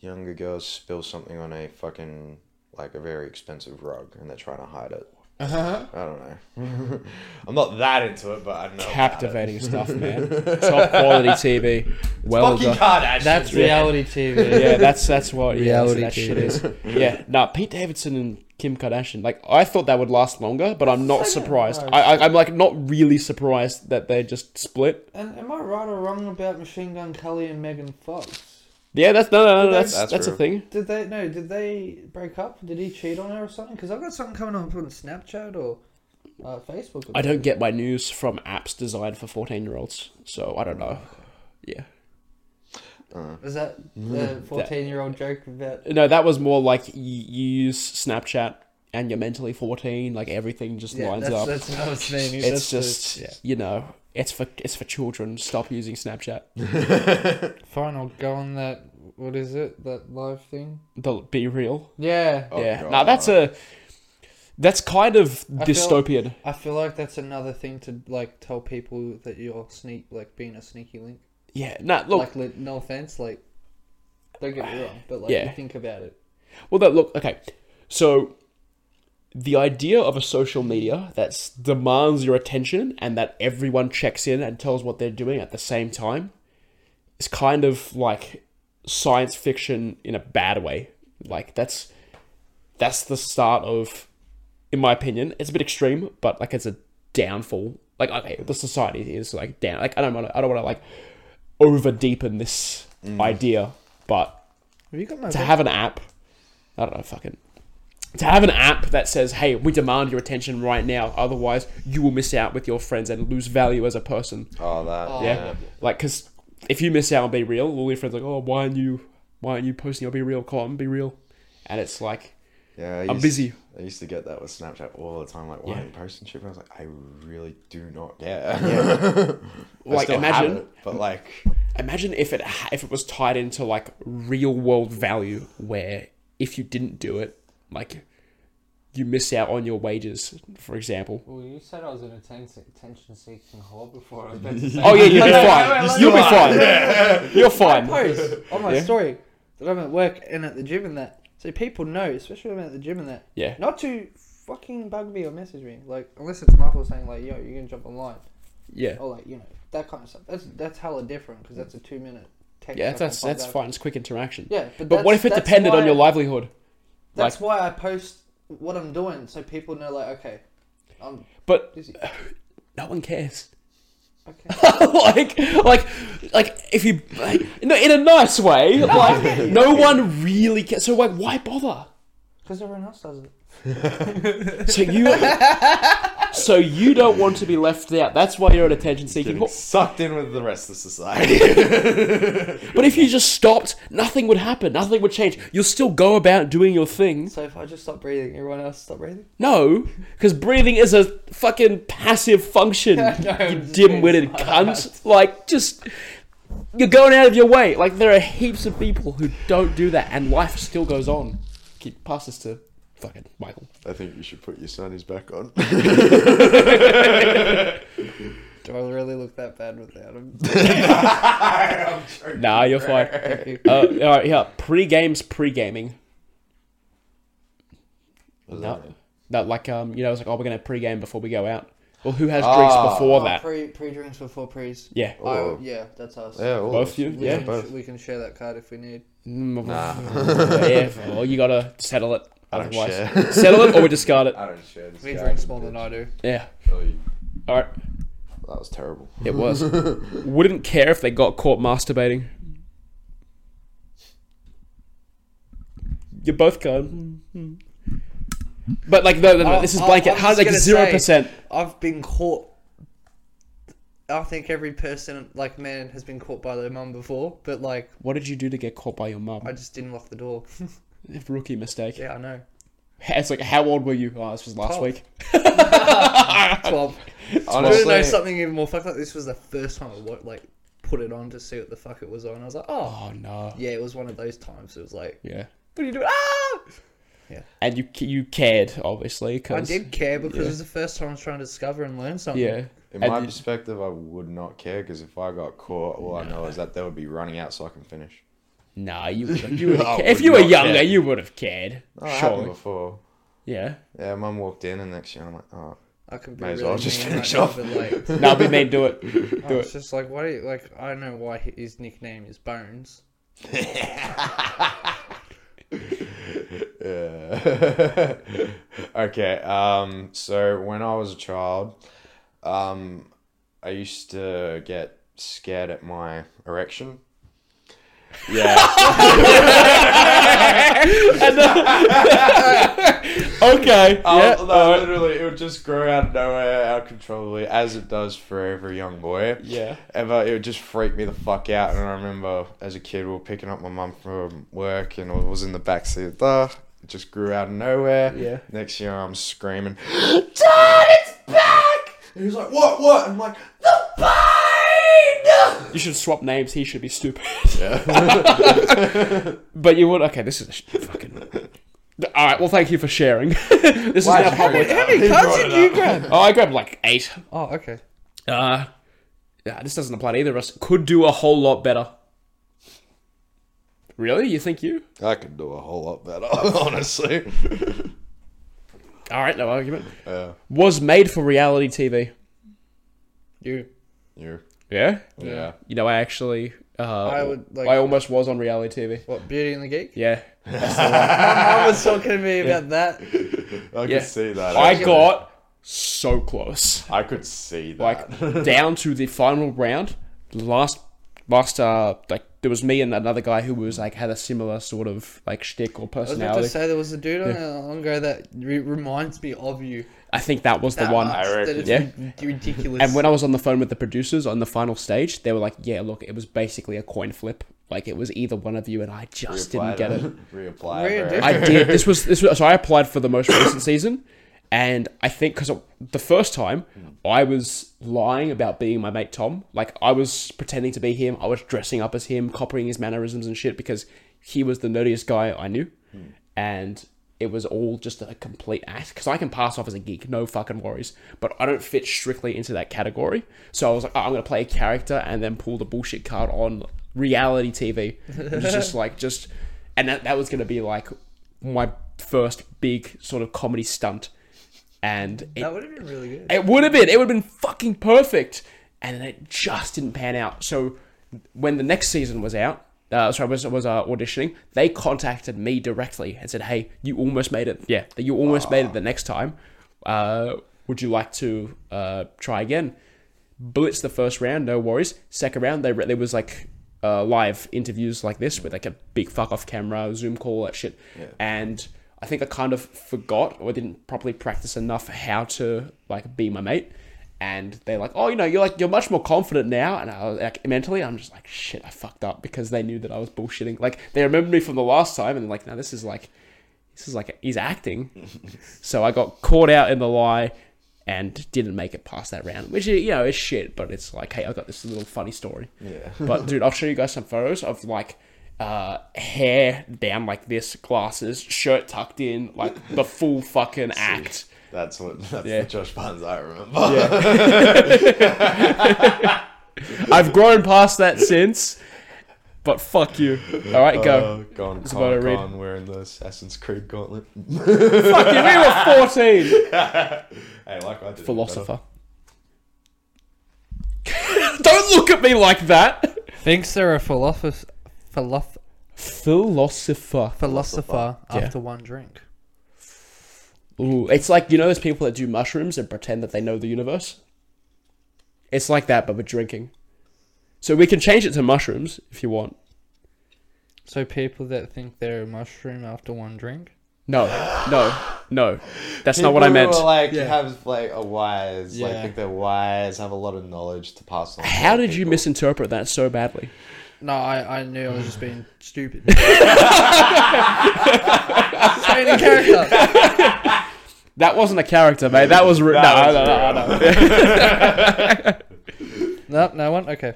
Speaker 3: younger girl spills something on a fucking like a very expensive rug, and they're trying to hide it.
Speaker 1: Uh-huh.
Speaker 3: I don't know. I'm not that into it, but I know. about it.
Speaker 2: Captivating stuff, man. Top quality TV. Well
Speaker 3: Fucking
Speaker 2: done.
Speaker 3: Kardashian.
Speaker 1: That's reality TV.
Speaker 2: Yeah, that's that's what yeah, that's what
Speaker 1: Reality
Speaker 2: that shit is. Yeah, nah, Pete Davidson and Kim Kardashian. Like, I thought that would last longer, but I'm not surprised. I, I, I'm like not really surprised that they just split.
Speaker 1: And am I right or wrong about Machine Gun Kelly and Megan Fox?
Speaker 2: Yeah, that's no, no, no. That's that's,
Speaker 3: That's
Speaker 2: a
Speaker 3: true.
Speaker 2: thing.
Speaker 1: Did they no? Did they break up? Did he cheat on her or something? Because I've got something coming up on Snapchat or uh, Facebook.
Speaker 2: I don't get my news from apps designed for 14 year olds, so I don't know. Yeah.
Speaker 1: Is that
Speaker 2: Mm,
Speaker 1: the fourteen-year-old joke about?
Speaker 2: No, that was more like y- you use Snapchat and you're mentally 14, like everything just
Speaker 1: Yeah,
Speaker 2: lines
Speaker 1: that's,
Speaker 2: up.
Speaker 1: that's what I was saying.
Speaker 2: it's
Speaker 1: That's the-
Speaker 2: just,
Speaker 1: yeah.
Speaker 2: you know, it's for it's for children. Stop using Snapchat.
Speaker 1: fine. I'll go on that. What is it? That live thing?
Speaker 2: The be real.
Speaker 1: Yeah.
Speaker 3: Oh,
Speaker 2: yeah.
Speaker 3: God.
Speaker 2: Now that's a that's kind of
Speaker 1: feel-
Speaker 2: dystopian.
Speaker 1: I feel like that's another thing to like tell people that you're sneak like being a sneaky link.
Speaker 2: Yeah. Nah, look.
Speaker 1: like li- no offense, like don't get me wrong, but like
Speaker 2: Yeah.
Speaker 1: you think about it.
Speaker 2: Well, that look okay. So, the idea of a social media that s- demands your attention and that everyone checks in and tells what they're doing at the same time is kind of like science fiction in a bad way. Like that's that's the start of, in my opinion, it's a bit extreme, but like it's a downfall. Like okay, the society is like down. Like I don't want to. I don't want to like over deepen this idea, but
Speaker 1: Mm. Have you got my?
Speaker 2: to have an app i don't know fucking to have an app that says hey we demand your attention right now otherwise you will miss out with your friends and lose value as a person
Speaker 3: Oh, that.
Speaker 2: yeah like because if you miss out on be real all your friends are like oh why aren't you why aren't you posting your be real column be real and it's like
Speaker 3: Yeah, I
Speaker 2: I'm busy.
Speaker 3: I used to get that with Snapchat all the time. Like, why
Speaker 2: Yeah.
Speaker 3: are you posting shit? And I was like, I really do not care. Yeah.
Speaker 2: Like, imagine-
Speaker 3: but like,
Speaker 2: imagine if it ha- if it was tied into like real world value where if you didn't do it like you miss out on your wages for example
Speaker 8: Well, you said I was an attention seeking whore before. I was about to say.
Speaker 2: oh yeah you'll be
Speaker 1: Wait, wait, wait,
Speaker 2: fine
Speaker 1: let's
Speaker 2: you'll be
Speaker 1: not.
Speaker 2: fine you're fine
Speaker 1: post on my
Speaker 2: Yeah.
Speaker 1: story that I'm at work and at the gym and that. So people know, especially when I'm at the gym and that.
Speaker 2: Yeah.
Speaker 1: Not to fucking bug me or message me, like unless it's Michael saying like, "Yo, you're gonna jump online,"
Speaker 2: yeah
Speaker 1: or like you know that kind of stuff. That's that's hella different because that's a two minute text. I
Speaker 2: Yeah,
Speaker 1: can
Speaker 2: that's
Speaker 1: find
Speaker 2: that's
Speaker 1: out.
Speaker 2: fine. It's quick interaction.
Speaker 1: Yeah, but,
Speaker 2: but what
Speaker 1: that's-
Speaker 2: if it
Speaker 1: that's
Speaker 2: depended on
Speaker 1: why-
Speaker 2: your livelihood?
Speaker 1: That's why I post what I'm doing so people know like, okay, I'm
Speaker 2: But
Speaker 1: busy.
Speaker 2: no one cares.
Speaker 1: Okay.
Speaker 2: like, like, like, if you, like, no, in a nice way, like, no one really cares. So, like, why bother?
Speaker 1: Because everyone else does it.
Speaker 2: So you, so you don't want to be left out. That's why you're an attention-seeking.
Speaker 3: getting
Speaker 2: whore.
Speaker 3: sucked in with the rest of society.
Speaker 2: But if you just stopped, nothing would happen. Nothing would change. You'll still go about doing your thing.
Speaker 1: So if I just stop breathing, everyone else stop breathing.
Speaker 2: No, because breathing is a fucking passive function. you
Speaker 1: just
Speaker 2: dim-witted cunt. Like, just you're going out of your way. Like, there are heaps of people who don't do that, and life still goes on. Keep pass this to fucking Michael.
Speaker 3: I think you should put your sunnies back on.
Speaker 1: Do I really look that bad without them?
Speaker 2: Nah, you're fine.
Speaker 1: Thank
Speaker 2: Uh, all right, yeah. Pre-games, pre-gaming. No, no, like um, you know, it's like, oh, we're gonna pre-game before we go out. Well, who has
Speaker 3: Ah.
Speaker 2: drinks before that?
Speaker 1: Oh, Pre pre drinks before pre's.
Speaker 2: yeah,
Speaker 1: Oh
Speaker 3: Oh.
Speaker 1: yeah, that's us.
Speaker 3: Yeah, all
Speaker 2: both
Speaker 3: of-
Speaker 2: you.
Speaker 1: We
Speaker 2: Yeah.
Speaker 1: can,
Speaker 3: both.
Speaker 1: we can share that card if we need.
Speaker 2: Mm, yeah. Well, you gotta settle it.
Speaker 3: I don't
Speaker 2: otherwise.
Speaker 3: share.
Speaker 2: settle it or we discard it.
Speaker 3: I don't share this.
Speaker 1: He
Speaker 3: guy.
Speaker 1: drinks more than I do.
Speaker 2: Yeah.
Speaker 3: Oh, you-
Speaker 2: All right.
Speaker 3: That was terrible.
Speaker 2: It was. Wouldn't care if they got caught masturbating. You're both gone. But like no, no, no, this is
Speaker 1: I-
Speaker 2: blanket.
Speaker 1: I'm
Speaker 2: How
Speaker 1: just
Speaker 2: like
Speaker 1: gonna
Speaker 2: zero percent?
Speaker 1: I've been caught. I think every person, like man, has been caught by their mum before, but like
Speaker 2: What did you do to get caught by your mum?
Speaker 1: I just didn't lock the door.
Speaker 2: Rookie mistake.
Speaker 1: yeah, I know.
Speaker 2: It's like how old were you? Oh, this was last
Speaker 1: Twelve.
Speaker 2: week.
Speaker 1: Twelve.
Speaker 3: Honestly,
Speaker 1: I know something even more fucked up. This was the first time I wa- like put it on to see what the fuck it was on. I was like, oh
Speaker 2: Oh no.
Speaker 1: yeah, it was one of those times. It was like,
Speaker 2: Yeah.
Speaker 1: what are you doing? Ah! Yeah.
Speaker 2: and you ca- you cared obviously
Speaker 1: I
Speaker 2: because
Speaker 1: did care because
Speaker 2: yeah.
Speaker 1: it was the first time I was trying to discover and learn something.
Speaker 2: yeah.
Speaker 3: In
Speaker 2: And
Speaker 3: my
Speaker 2: you-
Speaker 3: perspective, I would not care because if I got caught, all I know is that they would be running out so I can finish.
Speaker 2: Nah, you would've- you would
Speaker 3: I
Speaker 2: if
Speaker 3: would
Speaker 2: you were
Speaker 3: not
Speaker 2: younger,
Speaker 3: care.
Speaker 2: you would have cared.
Speaker 3: Oh, it happened
Speaker 2: Surely,
Speaker 3: before.
Speaker 2: yeah.
Speaker 3: Yeah, mum walked in, and next year I'm like, oh,
Speaker 1: I could be
Speaker 3: may as
Speaker 1: really
Speaker 3: well just
Speaker 1: mean
Speaker 3: finish
Speaker 1: right now,
Speaker 3: off.
Speaker 1: but, like,
Speaker 2: No, but man, do it.
Speaker 1: I
Speaker 2: Do
Speaker 1: was
Speaker 2: it.
Speaker 1: just like, why? do you- Like, I don't know why his nickname is Bones.
Speaker 3: Yeah. okay. Um. So when I was a child, um, I used to get scared at my erection. Yeah.
Speaker 2: Okay.
Speaker 3: Um,
Speaker 2: yeah. uh,
Speaker 3: no, literally, it would just grow out of nowhere, out of control, as it does for every young boy.
Speaker 2: Yeah.
Speaker 3: Ever, it would just freak me the fuck out. And I remember as a kid, we were picking up my mum from work, and I was in the backseat of the. It just grew out of nowhere.
Speaker 2: Yeah.
Speaker 3: Next year, I'm screaming, Dad, it's back! And he's like, What, what? I'm like, The pain!
Speaker 2: You should swap names. He should be stupid.
Speaker 3: Yeah.
Speaker 2: But you would. Okay, this is a sh- fucking. All right. Well, thank you for sharing. this is now public.
Speaker 1: How many cards did you grab?
Speaker 2: Oh, I grabbed like eight.
Speaker 1: Oh, okay.
Speaker 2: Uh, yeah, this doesn't apply to either of us. Could do a whole lot better. Really? You think you?
Speaker 3: I could do a whole lot better, honestly.
Speaker 2: All right, no argument.
Speaker 3: Yeah.
Speaker 2: Was made for reality TV.
Speaker 1: You.
Speaker 3: You.
Speaker 2: Yeah.
Speaker 3: Yeah.
Speaker 2: You know, I actually. Uh, I
Speaker 1: would, like-
Speaker 2: I almost was on reality TV.
Speaker 1: What, Beauty and the Geek?
Speaker 2: Yeah.
Speaker 1: I was talking to me about that.
Speaker 3: I
Speaker 2: Yeah.
Speaker 3: could see that.
Speaker 2: I
Speaker 3: actually.
Speaker 2: got so close.
Speaker 3: I could see that.
Speaker 2: like down to the final round last last uh like there was me and another guy who was like had a similar sort of like shtick or
Speaker 1: I was about to
Speaker 2: personality
Speaker 1: say there was a dude on there long ago that re- reminds me of you.
Speaker 2: i think that was the
Speaker 1: That
Speaker 2: one
Speaker 1: much,
Speaker 3: I reckon.
Speaker 1: That it's
Speaker 2: Yeah.
Speaker 1: rid- ridiculous.
Speaker 2: and when i was on the phone with the producers on the final stage they were like yeah look it was basically a coin flip like it was either one of you and i just didn't get it
Speaker 3: Reapply.
Speaker 1: Re-
Speaker 3: bro.
Speaker 1: did-
Speaker 2: i did this was this was so i applied for the most recent season and i think because the first time i was lying about being my mate tom like i was pretending to be him i was dressing up as him copying his mannerisms and shit because he was the nerdiest guy i knew and it was all just a complete act because i can pass off as a geek no fucking worries but i don't fit strictly into that category so i was like oh, i'm gonna play a character and then pull the bullshit card on reality tv it was just like just and that, that was gonna be like my first big sort of comedy stunt and it
Speaker 1: that would have been really good.
Speaker 2: it would have been. It would have been fucking perfect. And it just didn't pan out. So when the next season was out, uh, sorry, was was uh, auditioning, they contacted me directly and said, "Hey, you almost made it. Yeah, you almost made it the next time. Uh, would you like to uh, try again?" Blitz the first round, no worries. Second round, they re- there was like uh, live interviews like this with like a big fuck off camera, Zoom call, all that shit. And I think I kind of forgot or didn't properly practice enough how to like be my mate. And they're like, oh, you know, you're like you're much more confident now. And I was like, mentally, I'm just like, shit, I fucked up because they knew that I was bullshitting. Like they remembered me from the last time, and like, now this is like, this is like he's acting. so I got caught out in the lie and didn't make it past that round, which you know is shit. But it's like, hey, I got this little funny story.
Speaker 3: Yeah.
Speaker 2: but dude, I'll show you guys some photos of like uh hair down like this, glasses, shirt tucked in, like the full fucking act.
Speaker 3: That's what. That's
Speaker 2: Yeah.
Speaker 3: the Josh Barnes I remember.
Speaker 2: I've grown past that since. But fuck you. All right,
Speaker 3: Uh,
Speaker 2: go.
Speaker 3: gone
Speaker 2: about to
Speaker 3: Comic
Speaker 2: read.
Speaker 3: Con wearing the Assassin's Creed gauntlet.
Speaker 2: fuck you. We were fourteen.
Speaker 3: Hey, like I did.
Speaker 2: philosopher. Don't look at me like that.
Speaker 1: Thinks they're a philosopher, philosopher,
Speaker 2: Philosopher.
Speaker 1: philosopher
Speaker 2: after
Speaker 1: after one drink.
Speaker 2: Ooh, it's like you know those people that do mushrooms and pretend that they know the universe. It's like that, but with drinking. So we can change it to mushrooms if you want.
Speaker 1: So people that think they're a mushroom after one drink.
Speaker 2: No, no, no. That's not what I meant.
Speaker 3: like have like a wise,
Speaker 1: Yeah.
Speaker 3: like think they're wise, have a lot of knowledge to pass on. to
Speaker 2: How
Speaker 3: other
Speaker 2: did you
Speaker 3: people.
Speaker 2: misinterpret that so badly?
Speaker 1: No, I, I knew I was just being stupid. Staying in character.
Speaker 2: That wasn't a character, mate. That was re- no,
Speaker 3: That was
Speaker 2: no, no, no, no.
Speaker 1: No, no one. Okay.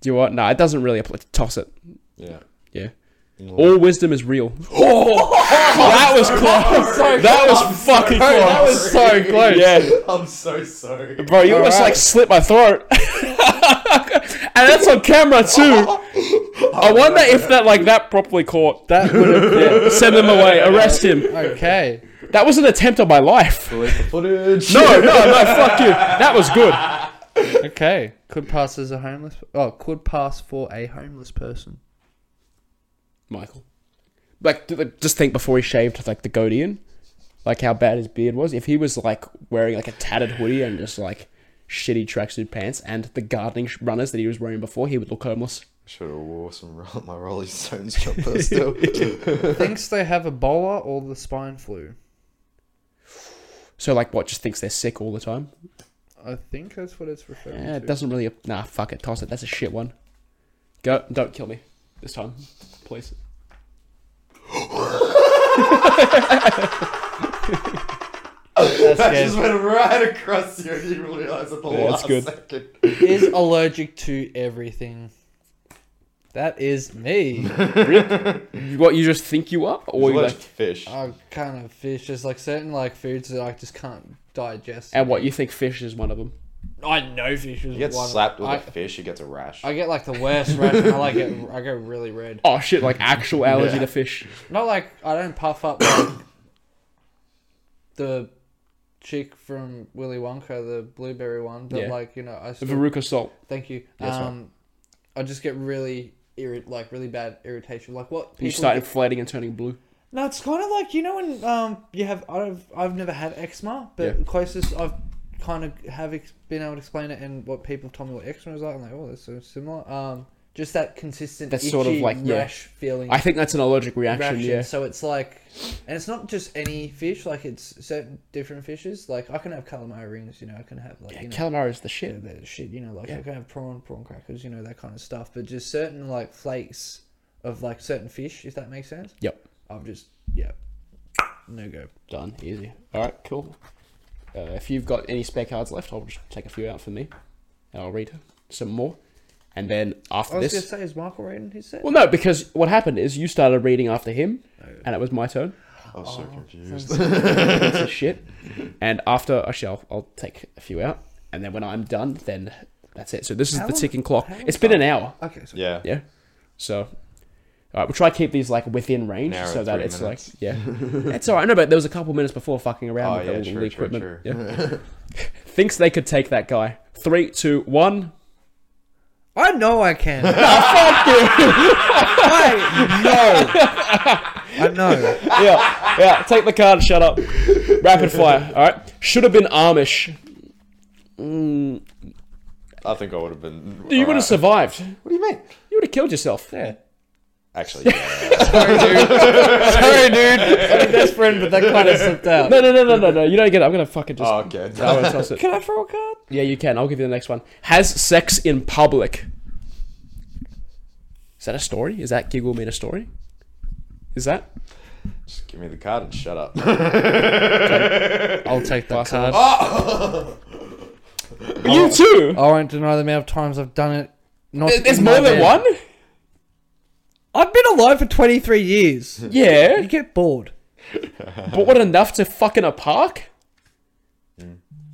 Speaker 2: Do you want? No, it doesn't really apply. Toss it.
Speaker 3: Yeah.
Speaker 2: Yeah. All wisdom is real. Oh, that was close. that was fucking close.
Speaker 3: That was so close.
Speaker 2: Yeah.
Speaker 3: I'm so sorry.
Speaker 2: Bro, you almost like slit my throat. and that's on camera too. I wonder if that like that properly caught. That would have yeah. send him away, arrest him.
Speaker 1: Okay.
Speaker 2: That was an attempt on my life.
Speaker 3: Delete the footage.
Speaker 2: No, no, no, fuck you. That was good.
Speaker 1: Okay. Could pass as a homeless. Oh, could pass for a homeless person.
Speaker 2: Michael. Like, th- like, just think before he shaved like the goatee in, like how bad his beard was. If he was like wearing like a tattered hoodie and just like shitty tracksuit pants and the gardening sh- runners that he was wearing before, he would look homeless.
Speaker 3: Should have wore some ro- my Rolling Stones jumper still.
Speaker 1: Thinks they have Ebola or the swine flu.
Speaker 2: So like, what? Just thinks they're sick all the time.
Speaker 1: I think that's what it's referring
Speaker 2: Yeah,
Speaker 1: to.
Speaker 2: it doesn't really. Nah, fuck it. Toss it. That's a shit one. Go. Don't kill me this time, please.
Speaker 1: That
Speaker 3: that
Speaker 1: scares
Speaker 3: just went right across you and you realised at the
Speaker 2: Yeah, that's
Speaker 3: last
Speaker 2: good.
Speaker 3: second.
Speaker 1: is allergic to everything. That is me.
Speaker 2: What you just think you are, or you
Speaker 3: Alleged
Speaker 2: like,
Speaker 3: fish.
Speaker 1: I'm kind of fish. There's like certain like foods that I just can't digest.
Speaker 2: and what you think fish is one of them.
Speaker 1: I know fish is
Speaker 3: you get
Speaker 1: one.
Speaker 3: slapped with
Speaker 1: I,
Speaker 3: a fish, you get a rash.
Speaker 1: I get like the worst rash. and I like get I go really red.
Speaker 2: Oh shit! Like actual allergy
Speaker 3: Yeah.
Speaker 2: to fish.
Speaker 1: Not like I don't puff up like the chick from Willy Wonka, the blueberry one, but
Speaker 2: Yeah.
Speaker 1: like you know I
Speaker 2: The
Speaker 1: still,
Speaker 2: Veruca salt.
Speaker 1: thank you.
Speaker 2: That's right.
Speaker 1: um, I just get really irrit like really bad irritation. Like what people
Speaker 2: You start
Speaker 1: get-
Speaker 2: inflating and turning blue.
Speaker 1: No, it's kind of like you know when um you have I've I've never had eczema, but
Speaker 2: Yeah.
Speaker 1: closest I've kind of have ex- been able to explain it and what people have told me what eczema is like. I'm like, oh, that's so similar. Um, just that consistent,
Speaker 2: That's
Speaker 1: itchy,
Speaker 2: sort of like- yeah.
Speaker 1: rash feeling.
Speaker 2: I think that's an allergic reaction.
Speaker 1: reaction.
Speaker 2: Yeah.
Speaker 1: So it's like, and it's not just any fish. Like it's certain different fishes. Like I can have calamari rings. You know, I can have like
Speaker 2: yeah
Speaker 1: you know,
Speaker 2: calamari is the shit.
Speaker 1: yeah, that shit, you know, like
Speaker 2: Yeah.
Speaker 1: I can have prawn, prawn crackers, you know, that kind of stuff. But just certain like flakes of like certain fish, if that makes sense.
Speaker 2: Yep.
Speaker 1: I've just yeah, no go.
Speaker 2: Done. Easy. All right. Cool. Uh, if you've got any spare cards left, I'll just take a few out for me, and I'll read some more. And then
Speaker 1: I
Speaker 2: after
Speaker 1: was
Speaker 2: this,
Speaker 1: gonna say, is Michael reading his set?
Speaker 2: well, no, because what happened is you started reading after him,
Speaker 3: Oh,
Speaker 2: and it was my turn.
Speaker 3: I was so confused.
Speaker 2: piece of shit. And after I shall, I'll take a few out, and then when I'm done, then that's it. So this is
Speaker 1: How
Speaker 2: the
Speaker 1: long-
Speaker 2: ticking clock.
Speaker 1: how long
Speaker 2: It's been an hour.
Speaker 1: Okay, so
Speaker 3: yeah.
Speaker 2: Yeah. So, all right, we'll try to keep these like within range
Speaker 3: An hour
Speaker 2: so
Speaker 3: and
Speaker 2: that
Speaker 3: three
Speaker 2: it's
Speaker 3: minutes.
Speaker 2: like yeah, it's all right. No, but there was a couple minutes before fucking around
Speaker 3: Oh,
Speaker 2: with
Speaker 3: yeah,
Speaker 2: all
Speaker 3: true,
Speaker 2: the
Speaker 3: true,
Speaker 2: equipment.
Speaker 3: true.
Speaker 2: Yeah. Thinks they could take that guy. Three, two, one.
Speaker 1: I know I can. I know. I know.
Speaker 2: Yeah, yeah. Take the card. Shut up. Rapid fire. All right. Should have been Amish.
Speaker 3: I think I would have been.
Speaker 2: You would have
Speaker 3: alright.
Speaker 2: survived.
Speaker 3: What do you mean?
Speaker 2: You would have killed yourself. Yeah.
Speaker 3: Actually, yeah.
Speaker 1: Sorry, dude. I'm best friend, but that kind of slipped out.
Speaker 2: No, no, no, no, no, no. You don't get it. I'm gonna fucking just.
Speaker 3: oh, okay.
Speaker 2: I'm gonna toss it.
Speaker 1: Can I throw a card?
Speaker 2: Yeah, you can. I'll give you the next one. Has sex in public. Is that a story? Is that giggle mean a story? Is that?
Speaker 3: Just give me the card and shut up.
Speaker 1: I'll take that card.
Speaker 2: You too.
Speaker 1: I won't deny the amount of times I've done it. Not
Speaker 2: There's
Speaker 1: in
Speaker 2: more
Speaker 1: my
Speaker 2: than
Speaker 1: bed.
Speaker 2: one.
Speaker 1: I've been alive for 23 years.
Speaker 2: Yeah,
Speaker 1: You get bored.
Speaker 2: but what enough to fuck in a park?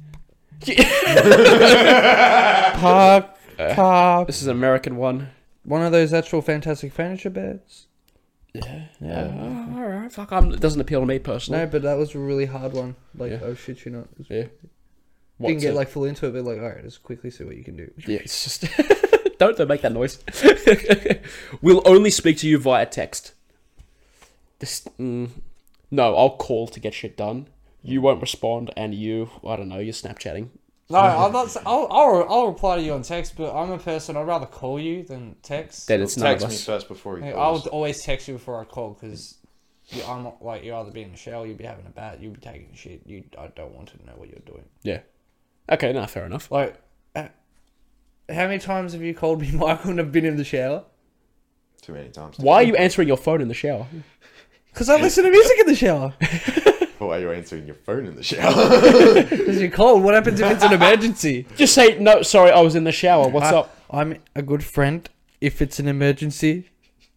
Speaker 1: Park, park.
Speaker 2: This is an American one.
Speaker 1: One of those actual fantastic furniture beds.
Speaker 2: Yeah. Uh, all right. Fuck. I'm, it doesn't appeal to me personally.
Speaker 1: No, but that was a really hard one. Like,
Speaker 2: Yeah.
Speaker 1: oh shit, you not.
Speaker 2: Yeah. What's
Speaker 1: Didn't get
Speaker 2: it?
Speaker 1: like full into it, but like, all right, let's quickly see what you can do.
Speaker 2: Yeah. It's just. don't don't make that noise. we'll only speak to you via text. This. Mm, no, I'll call to get shit done. You won't respond, and you, I don't know, you're Snapchatting.
Speaker 5: No, I'm not. s- I'll, I'll I'll reply to you on text, but I'm a person. I'd rather call you than text.
Speaker 2: Then it's none of
Speaker 3: Text me
Speaker 2: us.
Speaker 3: first before you.
Speaker 5: Like, I
Speaker 3: calls.
Speaker 5: would always text you before I call because I'm not- like you're either being a shell, you'd be having a bat, you'd be taking shit. You, I don't want to know what you're doing.
Speaker 2: Yeah. Okay, nah, fair enough.
Speaker 1: Like, uh, how many times have you called me Michael and I've been in the shower?
Speaker 3: Too many times.
Speaker 2: Why are you answering your phone in the shower?
Speaker 1: Because I listen to music in the shower.
Speaker 3: Why are you answering your phone in the shower?
Speaker 1: Because you're cold. What happens if it's an emergency?
Speaker 2: Just say, no, sorry, I was in the shower. What's
Speaker 1: I-
Speaker 2: up?
Speaker 1: I'm a good friend. If it's an emergency,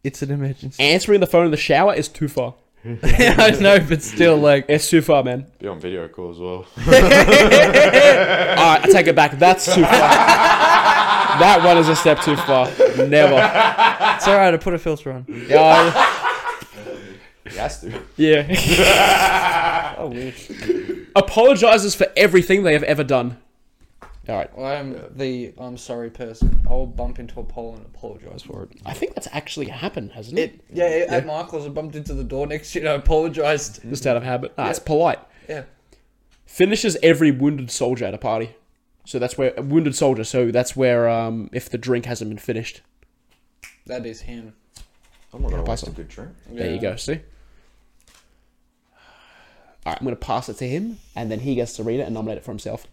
Speaker 1: It's an emergency.
Speaker 2: Answering the phone in the shower is too far.
Speaker 1: I know, but still, like,
Speaker 2: It's too far, man.
Speaker 3: Be on video call as well.
Speaker 2: All right, I take it back. That's too far. that one is a step too far. Never.
Speaker 1: it's alright. I put a filter on.
Speaker 2: Yeah.
Speaker 3: He has to.
Speaker 2: yeah.
Speaker 5: Oh, weird.
Speaker 2: Apologizes for everything they have ever done. All right.
Speaker 1: I'm the I'm sorry person. I will bump into a pole and apologize for it.
Speaker 2: I think that's actually happened, hasn't it?
Speaker 1: It yeah, it, at Michael's, I bumped into the door next to you. and I apologized.
Speaker 2: Just out of habit. Ah, it's polite.
Speaker 1: Yeah.
Speaker 2: Finishes every wounded soldier at a party. So that's where a wounded soldier. So that's where um, if the drink hasn't been finished,
Speaker 1: That is him.
Speaker 3: I'm not gonna waste a
Speaker 2: possible.
Speaker 3: good drink.
Speaker 2: there you go. See. All right, I'm gonna pass it to him, and then he gets to read it and nominate it for himself.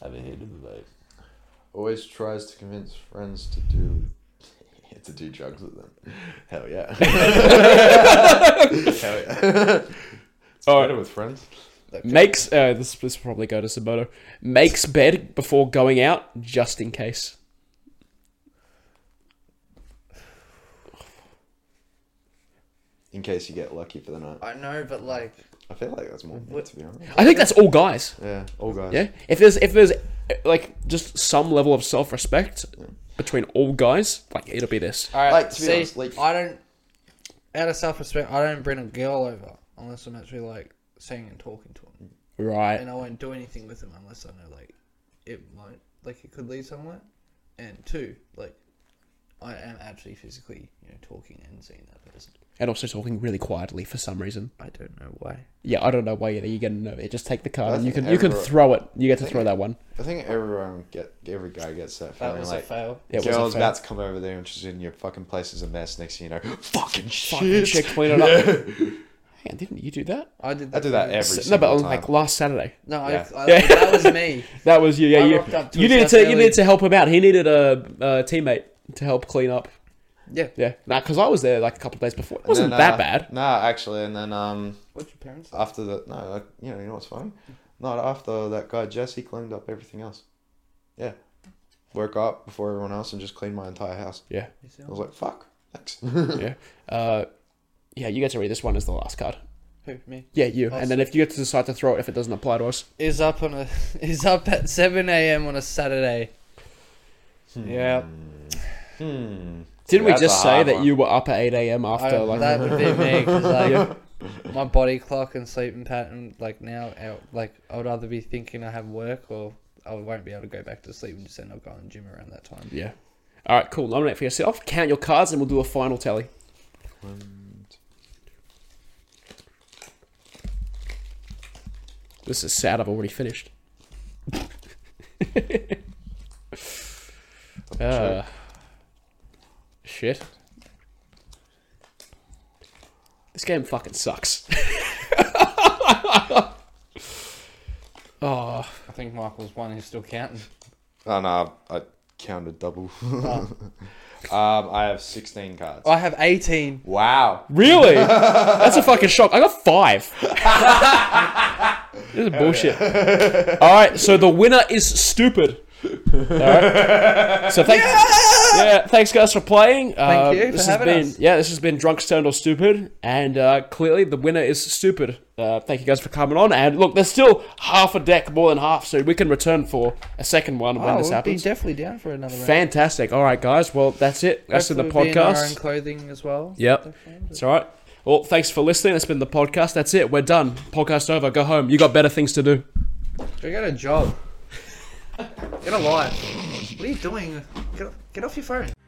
Speaker 6: Have a hit of the vape.
Speaker 3: Always tries to convince friends to do to do drugs with them. Hell yeah. Hell yeah. It's
Speaker 2: Alright.
Speaker 3: better with friends.
Speaker 2: Makes uh, this this will probably go to Saboto. Makes bed before going out just in case.
Speaker 3: In case you get lucky for the night.
Speaker 1: I know, but like,
Speaker 3: I feel like that's more me, to be honest.
Speaker 2: I think that's all guys.
Speaker 3: Yeah, all guys.
Speaker 2: Yeah. If there's if there's uh, like just some level of self respect between all guys, like it'll be this.
Speaker 1: all right.
Speaker 3: Like, to be
Speaker 1: see,
Speaker 3: honest, like-
Speaker 1: I don't. Out of self-respect, I don't bring a girl over unless I'm actually like seeing and talking to him,
Speaker 2: Right.
Speaker 1: and I won't do anything with him unless I know like it might like it could lead somewhere. And two, like, I am actually physically you know talking and seeing that person.
Speaker 2: And also talking really quietly for some reason.
Speaker 1: I don't know why.
Speaker 2: Yeah, I don't know why either. You get another. Just take the card.
Speaker 3: I
Speaker 2: And you
Speaker 3: think
Speaker 2: can you can
Speaker 3: everyone-
Speaker 2: throw it. You get to throw that one.
Speaker 3: I think everyone get every guy gets that
Speaker 1: That
Speaker 3: feeling
Speaker 1: was
Speaker 3: like
Speaker 1: a fail.
Speaker 2: Yeah, it was a
Speaker 3: girl's
Speaker 2: fail.
Speaker 3: about to come over there and she's in your fucking place is a mess. Next thing you know, fucking shit.
Speaker 2: Fucking shit, clean it up. Hang on, didn't you do that?
Speaker 1: I did.
Speaker 3: I do that every
Speaker 2: S-
Speaker 3: single
Speaker 2: no, but on,
Speaker 3: time.
Speaker 2: like last Saturday.
Speaker 1: No, I,
Speaker 3: Yeah.
Speaker 1: I,
Speaker 2: Yeah.
Speaker 1: that was me.
Speaker 2: That was you. Yeah,
Speaker 1: I
Speaker 2: you.
Speaker 1: rocked up to
Speaker 2: You
Speaker 1: his
Speaker 2: needed
Speaker 1: house
Speaker 2: to. You
Speaker 1: early.
Speaker 2: needed to help him out. He needed a, a teammate to help clean up.
Speaker 1: Yeah.
Speaker 2: Yeah, nah, because I was there like a couple of days before. It
Speaker 3: And
Speaker 2: wasn't
Speaker 3: then,
Speaker 2: that
Speaker 3: uh,
Speaker 2: bad.
Speaker 3: Nah, actually, and then um
Speaker 1: What's your parents?
Speaker 3: after the no, like, you know, you know what's funny? Not after that guy Jesse cleaned up everything else. Yeah, woke up before everyone else and just cleaned my entire house.
Speaker 2: Yeah,
Speaker 3: I was like, fuck, thanks.
Speaker 2: yeah. Uh, yeah, you get to read this one as the last card.
Speaker 1: Who me?
Speaker 2: Yeah, you. And then if you get to decide to throw it, if it doesn't apply to us.
Speaker 1: Is up on a is up at seven a.m. on a Saturday. Yeah,
Speaker 3: hmm.
Speaker 2: Didn't
Speaker 3: That's
Speaker 2: we
Speaker 3: a
Speaker 2: just say
Speaker 3: hard
Speaker 2: that
Speaker 3: one.
Speaker 2: you were up at 8 a.m. after
Speaker 1: I,
Speaker 2: like
Speaker 1: that would be me 'cause, like my body clock and sleeping pattern. Like now, out like I would either be thinking I have work or I won't be able to go back to sleep and just end up going to the gym around that time.
Speaker 2: Yeah. All right, cool. Nominate for yourself. Count your cards, and we'll do a final tally. This is sad. I've already finished. uh, shit. This game fucking sucks. oh,
Speaker 1: I think Michael's one who's still counting.
Speaker 3: Oh no, I counted double. um, I have sixteen cards.
Speaker 1: I have eighteen.
Speaker 3: Wow.
Speaker 2: Really? That's a fucking shock. I got five. this is bullshit. All right, so the winner is stupid. All right. So thanks, yeah! thanks guys for playing. Thank
Speaker 1: you for
Speaker 2: this has
Speaker 1: having
Speaker 2: been,
Speaker 1: us.
Speaker 2: Yeah, this has been drunk, stoned, or stupid, and uh, clearly the winner is stupid. Uh, thank you guys for coming on, and look, there's still half a deck, more than half, so we can return for a second one when this
Speaker 1: we'll Oh, be
Speaker 2: happens.
Speaker 1: definitely down for another round.
Speaker 2: Fantastic. All right, guys. Well, that's it. That's in the
Speaker 1: Hopefully we'll be in our
Speaker 2: podcast.
Speaker 1: own clothing as well.
Speaker 2: Yep. It's all right. Well, thanks for listening. That's been the podcast. That's it. We're done. Podcast over. Go home. You got better things to do.
Speaker 1: Go "Então, get a job. get a life. What are you doing? Get, get off your phone.